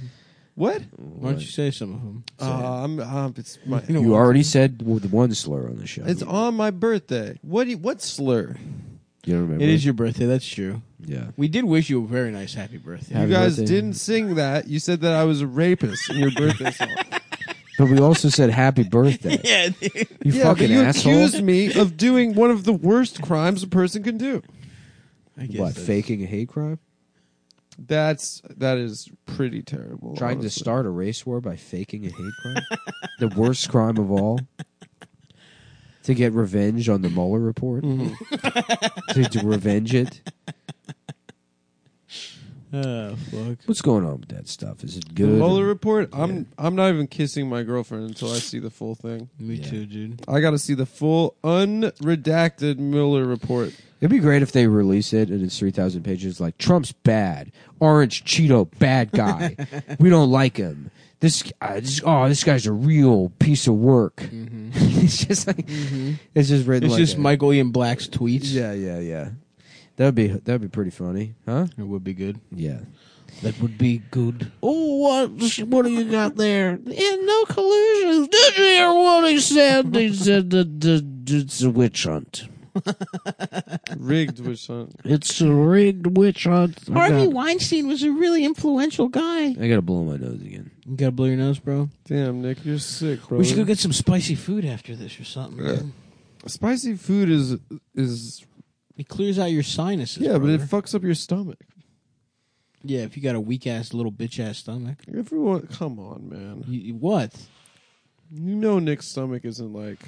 S3: What?
S2: Why don't you say some of them?
S3: Uh, I'm, um, it's my,
S2: You know
S1: You
S2: what?
S1: already said w- the one slur on the show.
S3: it's on my birthday. What? do you- what slur?
S1: you don't remember?
S2: It is your birthday. That's true.
S1: yeah.
S2: We did wish you a very nice happy birthday.
S1: Happy
S3: you guys
S1: birthday.
S3: didn't sing that. You said that I was a rapist in your birthday song.
S1: But we also said happy birthday.
S2: yeah, dude.
S1: You
S3: yeah,
S1: fucking
S3: but you
S1: asshole.
S3: accused me of doing one of the worst crimes a person can do.
S2: I guess
S1: what?
S2: that's-
S1: Faking a hate crime?
S3: That's that is pretty terrible.
S1: Trying to
S3: honestly.
S1: start a race war by faking a hate crime? the worst crime of all. To get revenge on the Mueller report.
S3: Mm-hmm.
S1: to, to revenge it.
S2: Oh fuck.
S1: What's going on with that stuff? Is it
S3: the
S1: good?
S3: Mueller report. I'm I'm not even kissing my girlfriend until I see the full thing.
S2: Me
S1: Yeah.
S2: too, dude.
S3: I got to see the full unredacted Mueller report.
S1: It'd be great if they release it and it's 3,000 pages like Trump's bad, orange Cheeto bad guy. we don't like him. This, uh, this oh this guy's a real piece of work. it's just like it's just written
S2: It's
S1: like
S2: just
S1: a-
S2: Michael Ian Black's tweets.
S1: Yeah, yeah, yeah. That'd be that'd be pretty funny, huh?
S2: It would be good.
S1: Yeah.
S2: That would be good.
S5: Oh, what, what do you got there? Yeah, no collusion. Did you hear what he said? He said that that it's a witch hunt.
S3: Rigged with some.
S5: It's a rigged witch hunt. I got-
S2: Weinstein was a really influential guy.
S1: I gotta blow my nose again.
S2: You gotta blow your nose, bro.
S3: Damn, Nick, you're sick, bro.
S2: We should go get some spicy food after this or something.
S3: Yeah.
S2: man.
S3: Spicy food is is
S2: It clears out your sinuses.
S3: yeah, but it
S2: brother.
S3: fucks up your stomach.
S2: yeah, if you got a weak ass little bitch ass stomach,
S3: Everyone, come on, man.
S2: you, you- what?
S3: You know Nick's stomach isn't like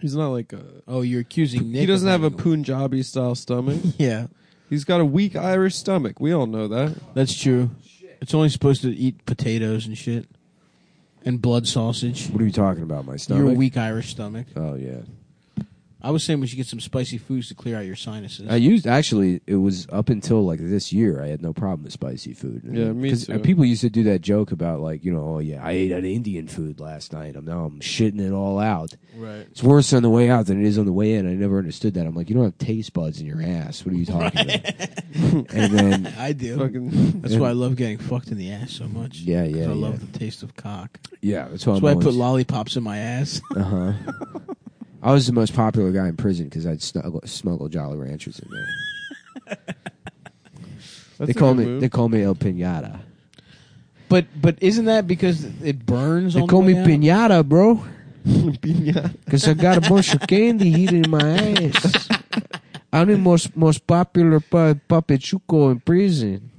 S3: he's not like a
S2: Oh, you're accusing Nick.
S3: he doesn't
S2: of
S3: have a
S2: having
S3: Punjabi style stomach.
S2: Yeah,
S3: he's got a weak Irish stomach. We all know that.
S2: that's true. It's only supposed to eat potatoes and shit, and blood sausage.
S1: What are you talking about? My stomach.
S2: Your weak Irish stomach.
S1: Oh yeah.
S2: I was saying we should get some spicy foods to clear out your sinuses.
S1: I used actually. It was up until like this year. I had no problem with spicy food.
S3: Yeah, me
S1: 'Cause, uh,
S3: too.
S1: People used to do that joke about like you know, oh yeah, I ate an Indian food last night. I'm now I'm shitting it all out.
S2: right.
S1: It's worse on the way out than it is on the way in. I never understood that. I'm like, you don't have taste buds in your ass. What are you talking about? and then
S2: I do.
S3: Fucking
S2: That's why I love getting fucked in the ass so much.
S1: Yeah, yeah,
S2: 'Cause I
S1: yeah.
S2: love the taste of cock.
S1: yeah, that's why.
S2: That's
S1: I'm
S2: why I
S1: always-
S2: put lollipops in my ass.
S1: Uh-huh.
S5: Oh,
S1: I was the most popular guy in prison because I'd snuggle, smuggle Jolly Ranchers in there.
S3: that's
S1: they
S3: a
S1: call
S3: good
S1: me
S3: move.
S1: they call me El Pinata.
S2: but but isn't that because it burns?
S1: They
S2: on
S1: call
S2: the
S1: me
S2: way out?
S1: Pinata, bro.
S3: Piñata.
S5: Because I got a bunch of candy hidden in my ass. I'm the most most popular pu- puppet chuco in prison.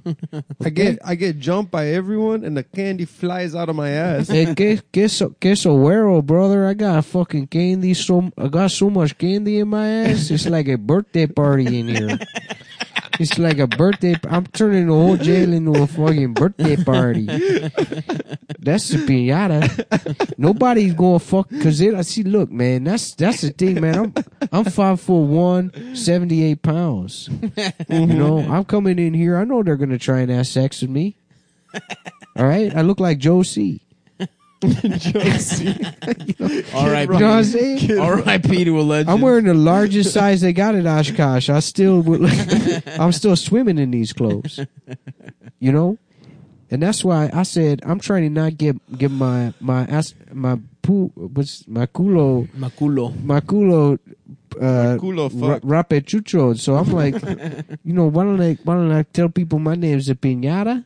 S3: I get I get jumped by everyone, and the candy flies out of my ass.
S5: Hey, que, que, so, que soero, brother. I got fucking candy. So I got so much candy in my ass. It's like a birthday party in here. It's like a birthday. p- I'm turning the whole jail into a fucking birthday party. That's the pinata. Nobody's gonna fuck because it. I see. Look, man. That's that's the thing, man. I'm I'm five foot one, 78 pounds. You know, I'm coming in here. I know they're gonna try and have sex with me. All right, I look like Joe C.
S2: R.I.P.
S5: You know what I'm saying?
S2: R.I.P. to a legend.
S5: I'm wearing the largest size they got at Oshkosh. I still, would, I'm still swimming in these clothes, you know, and that's why I said I'm trying to not get get my my ass my poo what's my culo
S2: Maculo.
S5: my culo uh,
S3: culo
S5: ra-
S3: fucked.
S5: rapechucho. So I'm like, you know, why don't I why don't I tell people my name's a pinata?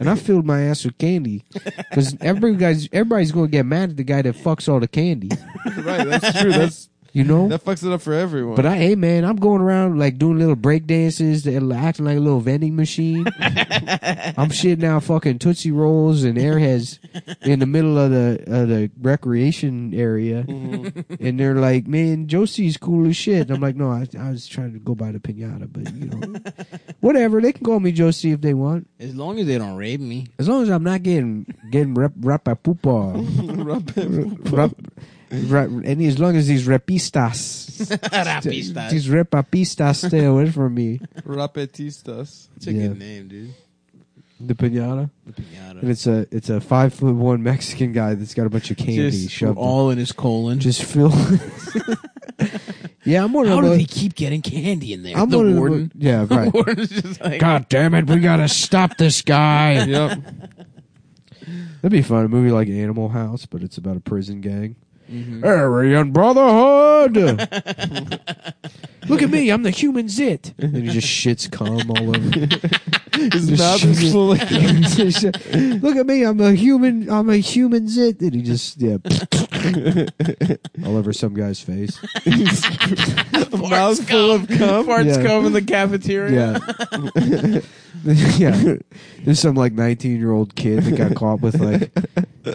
S5: And I filled my ass with candy because everybody's everybody's gonna get mad at the guy that fucks all the candy,
S3: right, that's true. That's
S5: you know.
S3: that fucks it up for everyone.
S5: But I, hey man, I'm going around like doing little break dances, and acting like a little vending machine. I'm shitting out fucking tootsie rolls and airheads in the middle of the of the recreation area, and they're like, "Man, Josie's cool as shit." And I'm like, "No, I, I was trying to go by the pinata, but you know, whatever. They can call me Josie if they want,
S2: As long as they don't rape me.
S5: as long as I'm not getting getting rap rapapupa, rap, rap, and as long as these rapistas."
S2: Rapista.
S5: These repapistas stay away from me.
S3: Rapetistas.
S2: It's a
S5: Yeah.
S2: good name, dude.
S1: The pinata.
S2: Pinata.
S1: And it's a it's a five foot one Mexican guy that's got a bunch of candy
S2: Just
S1: shoved. in-
S2: all in his colon.
S5: Just feel. yeah, I'm one
S2: How
S5: of
S2: do they
S5: those.
S2: keep getting candy in there?
S5: I'm
S2: the
S5: one of the-
S2: warden.
S1: Yeah, right.
S2: warden's just like,
S5: God damn it! We gotta stop this guy.
S3: Yep.
S1: That'd be fun. A movie like Animal House, but it's about a prison gang.
S5: Aryan Brotherhood. Look at me, I'm the human zit.
S1: And he just shits cum all over.
S3: His
S1: Just
S3: mouth is
S1: shit.
S3: full of
S5: Look at me, I'm a human. I'm a human zit.
S1: And he just yeah, all over some guy's face.
S3: mouth full of cum.
S2: Farts
S1: Yeah.
S2: come in the cafeteria.
S1: Yeah, yeah. There's some like 19 year old kid that got caught with like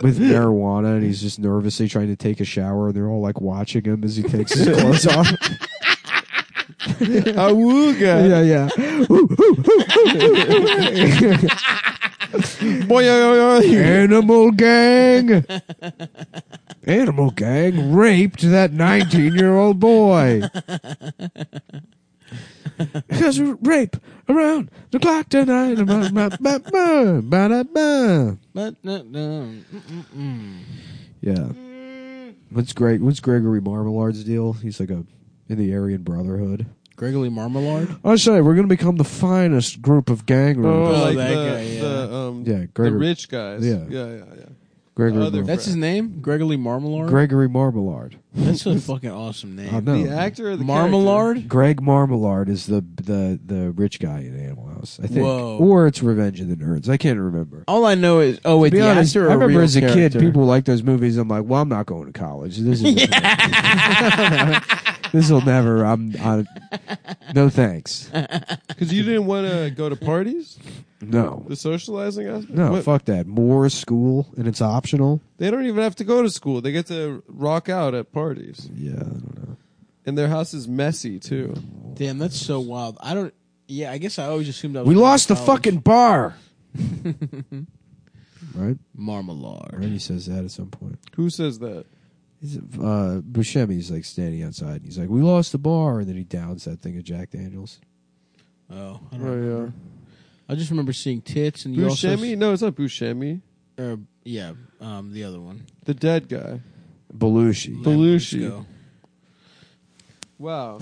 S1: with marijuana, and he's just nervously trying to take a shower, and they're all like watching him as he takes his clothes off.
S3: Awooga.
S1: yeah, yeah.
S3: Boy, yo, yo, yo.
S1: Animal gang. Animal gang raped that 19 year old boy. There's a rape around the clock tonight. Ba- ba- ba- ba- ba- da- ba.
S2: But no, no. Mm-mm-mm.
S1: Yeah. What's Greg? What's Gregory Marmalard's deal? He's like a in the Aryan Brotherhood.
S2: Gregory Marmalard.
S1: I say we're gonna become the finest group of gang
S3: Oh,
S1: rape.
S3: like
S2: that
S3: the,
S2: guy, yeah.
S3: the, um,
S1: Yeah,
S3: the
S1: Gregory.
S3: rich guys.
S1: Yeah.
S3: yeah, yeah. yeah.
S1: Gregory,
S3: other
S1: Mar-
S3: friend.
S2: That's his name, Gregory Marmalard.
S1: Gregory Marmalard.
S2: That's a fucking awesome
S1: I
S2: name.
S1: know.
S3: The actor or the
S2: Marmalard.
S1: Greg Marmalard is the the the rich guy in Animal House, I think,
S2: Whoa.
S1: or it's Revenge of the Nerds. I can't remember.
S2: All I know is oh wait,
S1: To be
S2: the
S1: honest, I
S2: actor or
S1: remember
S2: real
S1: as a
S2: character?
S1: kid, people liked those movies. I'm like, well, I'm not going to college. This is this will never. I'm I, no thanks.
S3: Because you didn't want to go to parties,
S1: No,
S3: the socializing aspect.
S1: no,
S3: What-
S1: fuck that. More school and it's optional.
S3: They don't even have to go to school. They get to rock out at parties,
S1: Yeah, I don't know.
S3: and their house is messy too.
S2: Damn, that's so wild. I don't. Yeah, I guess I always assumed I was.
S5: We
S2: going
S5: lost
S2: to
S5: the
S2: college.
S5: fucking bar.
S1: right?
S2: Marmalard.
S1: Randy says that at some point.
S3: Who says that?
S1: He's, uh, Buscemi's like standing outside, and he's like, "We lost the bar," and then he downs that thing of Jack Daniels.
S2: Oh, I, don't know.
S3: Oh
S2: I just remember seeing tits and
S3: yeah,
S2: you also.
S3: Buscemi? No, it's not Buscemi.
S2: or, yeah, um, the other one.
S3: The dead guy.
S1: Belushi.
S3: Belushi.
S2: Lambrusco.
S3: Wow.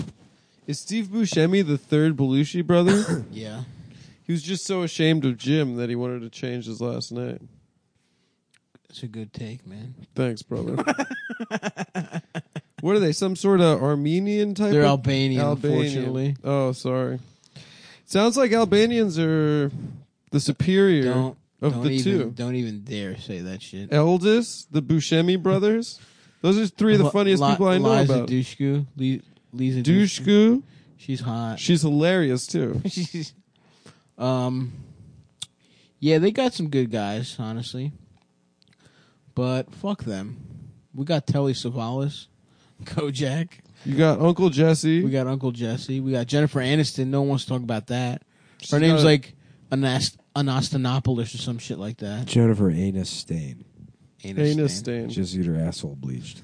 S3: Is Steve Buscemi the third Belushi brother?
S2: Yeah.
S3: he was just so ashamed of Jim that he wanted to change his last name.
S2: It's a good take, man.
S3: Thanks, brother. what are they? Some sort of Armenian type?
S2: They're
S3: of-
S2: Albanian, unfortunately.
S3: Oh, sorry. Sounds like Albanians are the superior
S2: Don't
S3: of
S2: don't
S3: the
S2: even,
S3: two.
S2: Don't even dare say that shit.
S3: Eldest, the Buscemi brothers. Those are three of the
S2: Li-
S3: funniest
S2: Li-
S3: people I know
S2: Liza
S3: about.
S2: Dushku, Li- Lisa Dushku.
S3: Dushku,
S2: She's hot.
S3: she's hilarious too.
S2: um, yeah, they got some good guys, honestly. But fuck them. We got Telly Savalas, Kojak.
S3: You got Uncle Jesse.
S2: We got Uncle Jesse. We got Jennifer Aniston. No one wants to talk about that.
S3: She's
S2: Her name's
S3: got-
S2: like Anast- Anastonopoulos or some shit like that.
S1: Jennifer Anus Stain.
S3: Anus
S2: Aniston.
S3: Stain.
S1: Just eat her asshole bleached.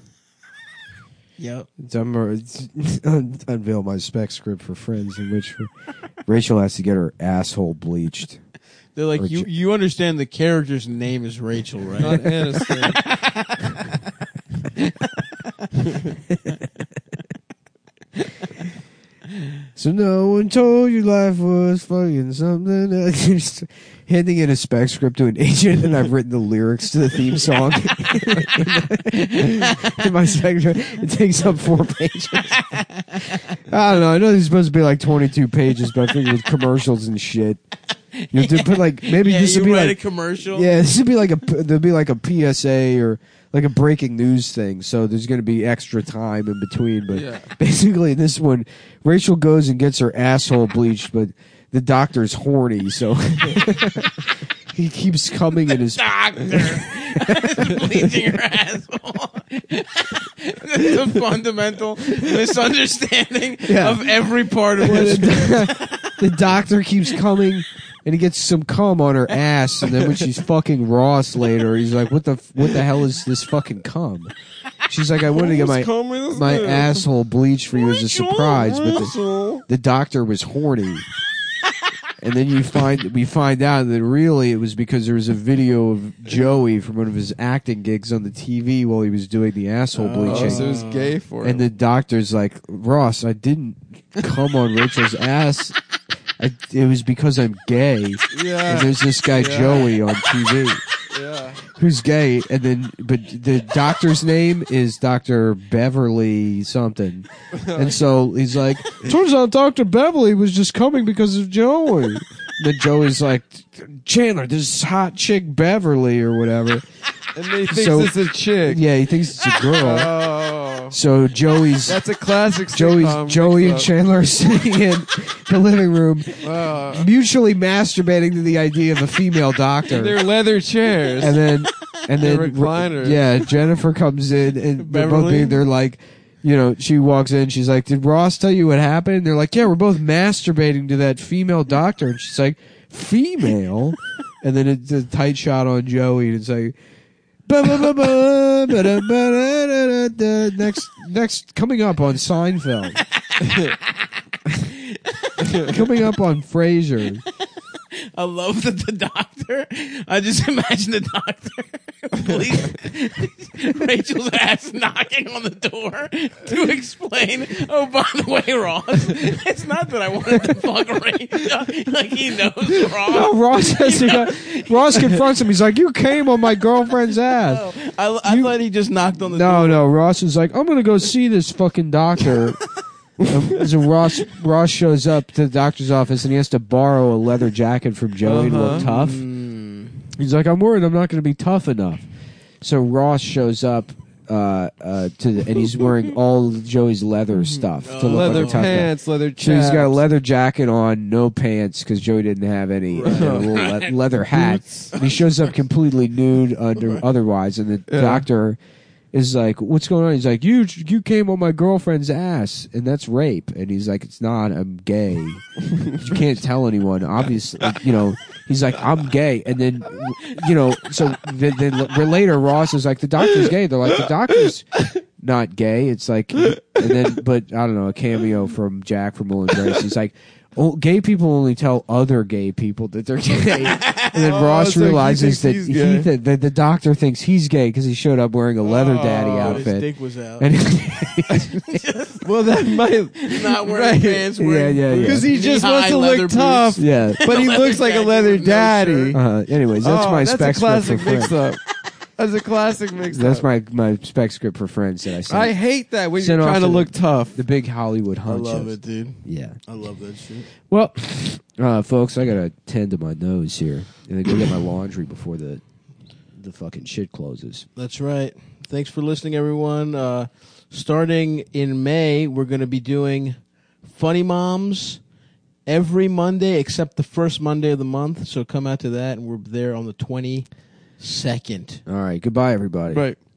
S2: Yep.
S1: unveil my spec script for Friends, in which Rachel has to get her asshole bleached.
S2: They're like
S1: Or
S2: you.
S1: J-
S2: You understand the character's name is Rachel,
S3: Not
S2: right?
S3: Anus Stain.
S1: So no one told you life was fucking something. else. Just handing in a spec script to an agent, and I've written the lyrics to the theme song. in my spec script, it takes up four pages. I don't know. I know these are supposed to be like twenty-two pages, but I figured with commercials and shit, you have to put like maybe
S2: yeah,
S1: this
S2: you
S1: would be
S2: write
S1: like
S2: a commercial.
S1: Yeah, this would be like a there'd be like a PSA or like a breaking news thing. So there's going to be extra time in between. But
S3: Yeah.
S1: basically, in this one, Rachel goes and gets her asshole bleached, but the doctor's horny, so he keeps coming in his.
S2: doctor bleaching her asshole. That's a fundamental misunderstanding
S1: Yeah.
S2: of every part of
S1: the,
S2: this.
S1: doc- the doctor keeps coming. And he gets some cum on her ass, and then when she's fucking Ross later, he's like, "What the f- what the hell is this fucking cum?" She's like, "I wanted to get my my asshole bleached for you as a surprise, but the, the doctor was horny. and then you find we find out that really it was because there was a video of Joey from one of his acting gigs on the TV while he was doing the asshole
S3: Oh,
S1: bleaching.
S3: so it was gay for
S1: and
S3: him.
S1: the doctor's like, Ross, I didn't come on Rachel's ass. I, it was because I'm gay. And
S3: yeah,
S1: there's this guy Joey on TV
S3: yeah.
S1: who's gay, and then but the doctor's name is Doctor Beverly something, and so he's like, turns out Doctor Beverly was just coming because of Joey. Then Joey's like, Chandler, this hot chick Beverly or whatever.
S3: And they think
S1: So-
S3: it's a chick.
S1: Yeah, he thinks it's a girl.
S3: Oh,
S1: So Joey's.
S3: that's a classic. sitcom
S1: Joey's, Joey and
S3: mix-up.
S1: Chandler are sitting in the living room,
S3: Wow.
S1: mutually masturbating to the idea of a female doctor.
S3: They're leather chairs.
S1: and then and then
S3: The recliner.
S1: yeah jennifer comes in and they're both
S3: Beverly?
S1: being they're like you know she walks in she's like did ross tell you what happened and they're like yeah we're both masturbating to that female doctor and she's like female and then it's a tight shot on joey and it's like ba ba ba ba ba da ba da da da da. next next coming up on seinfeld coming up on frasier
S2: I love that the doctor. I just imagine the doctor. Please, Rachel's ass knocking on the door to explain. Oh, by the way, Ross, it's not that I wanted to fuck Rachel. Like he knows
S1: No, Ross
S2: Ross.
S1: has to go. Ross confronts him. He's like, "You came on my girlfriend's ass."
S2: I, I thought he just knocked on the door.
S1: No, no. Ross is like, "I'm gonna go see this fucking doctor." Um, so Ross Ross shows up to the doctor's office and he has to borrow a leather jacket from Joey to look
S3: Uh-huh.
S1: tough.
S2: Mm.
S1: He's like, "I'm worried I'm not gonna be tough enough." So Ross shows up. Uh, uh, to the, and he's wearing all Joey's leather stuff to look
S3: Mm-hmm. Uh, leather
S1: like a tough guy.
S3: pants, leather chaps.
S1: So he's got a leather jacket on, no pants, because Joey didn't have any, and a little le- leather hat. And he shows up completely nude under otherwise, and the
S3: Yeah.
S1: doctor is like, "What's going on?" He's like, "You you came on my girlfriend's ass, and that's rape." And he's like, "It's not. I'm gay. you can't tell anyone. Obviously, you know." He's like, "I'm gay," and then you know, so then, then l- later Ross is like, "The doctor's gay." They're like, "The doctor's." not gay. It's like, and then, but I don't know, a cameo from Jack from Will and Grace. He's like, oh, gay people only tell other gay people that they're gay. And then
S3: Oh,
S1: Ross
S3: so he
S1: realizes that
S3: thinks
S1: he,
S3: he's gay.
S1: that that the doctor thinks he's gay because he showed up wearing a leather daddy
S3: Oh,
S1: outfit.
S2: His dick was out.
S1: and
S3: well, that might
S2: not wearing
S3: Right.
S2: pants.
S1: Yeah,
S2: Wearing
S1: yeah, yeah.
S3: because he just
S2: Knee-high
S3: wants to
S2: leather
S3: look
S2: boots.
S3: tough,
S1: yeah.
S3: but he
S2: Leather
S3: looks like a
S2: jacket
S3: leather
S2: with no
S3: daddy.
S1: Uh, anyways, that's
S3: Oh,
S1: my
S3: that's
S1: spec
S3: a classic
S1: script for friends.
S3: mix-up. That's a classic mix-up.
S1: That's my my spec script for friends that I sent.
S3: I hate that when you're
S1: Send off
S3: trying to
S1: to-
S3: look tough.
S1: the big Hollywood
S2: I
S1: hunches.
S2: love it, dude.
S1: Yeah.
S2: I love that shit.
S1: Well, uh, folks, I gotta tend to my nose here, and then go get my laundry before the the fucking shit closes.
S2: That's right. Thanks for listening, everyone. Uh, starting in May, we're going to be doing Funny Moms every Monday except the first Monday of the month. So come out to that, and we're there on the 22nd.
S1: All right. Goodbye, everybody.
S3: Right.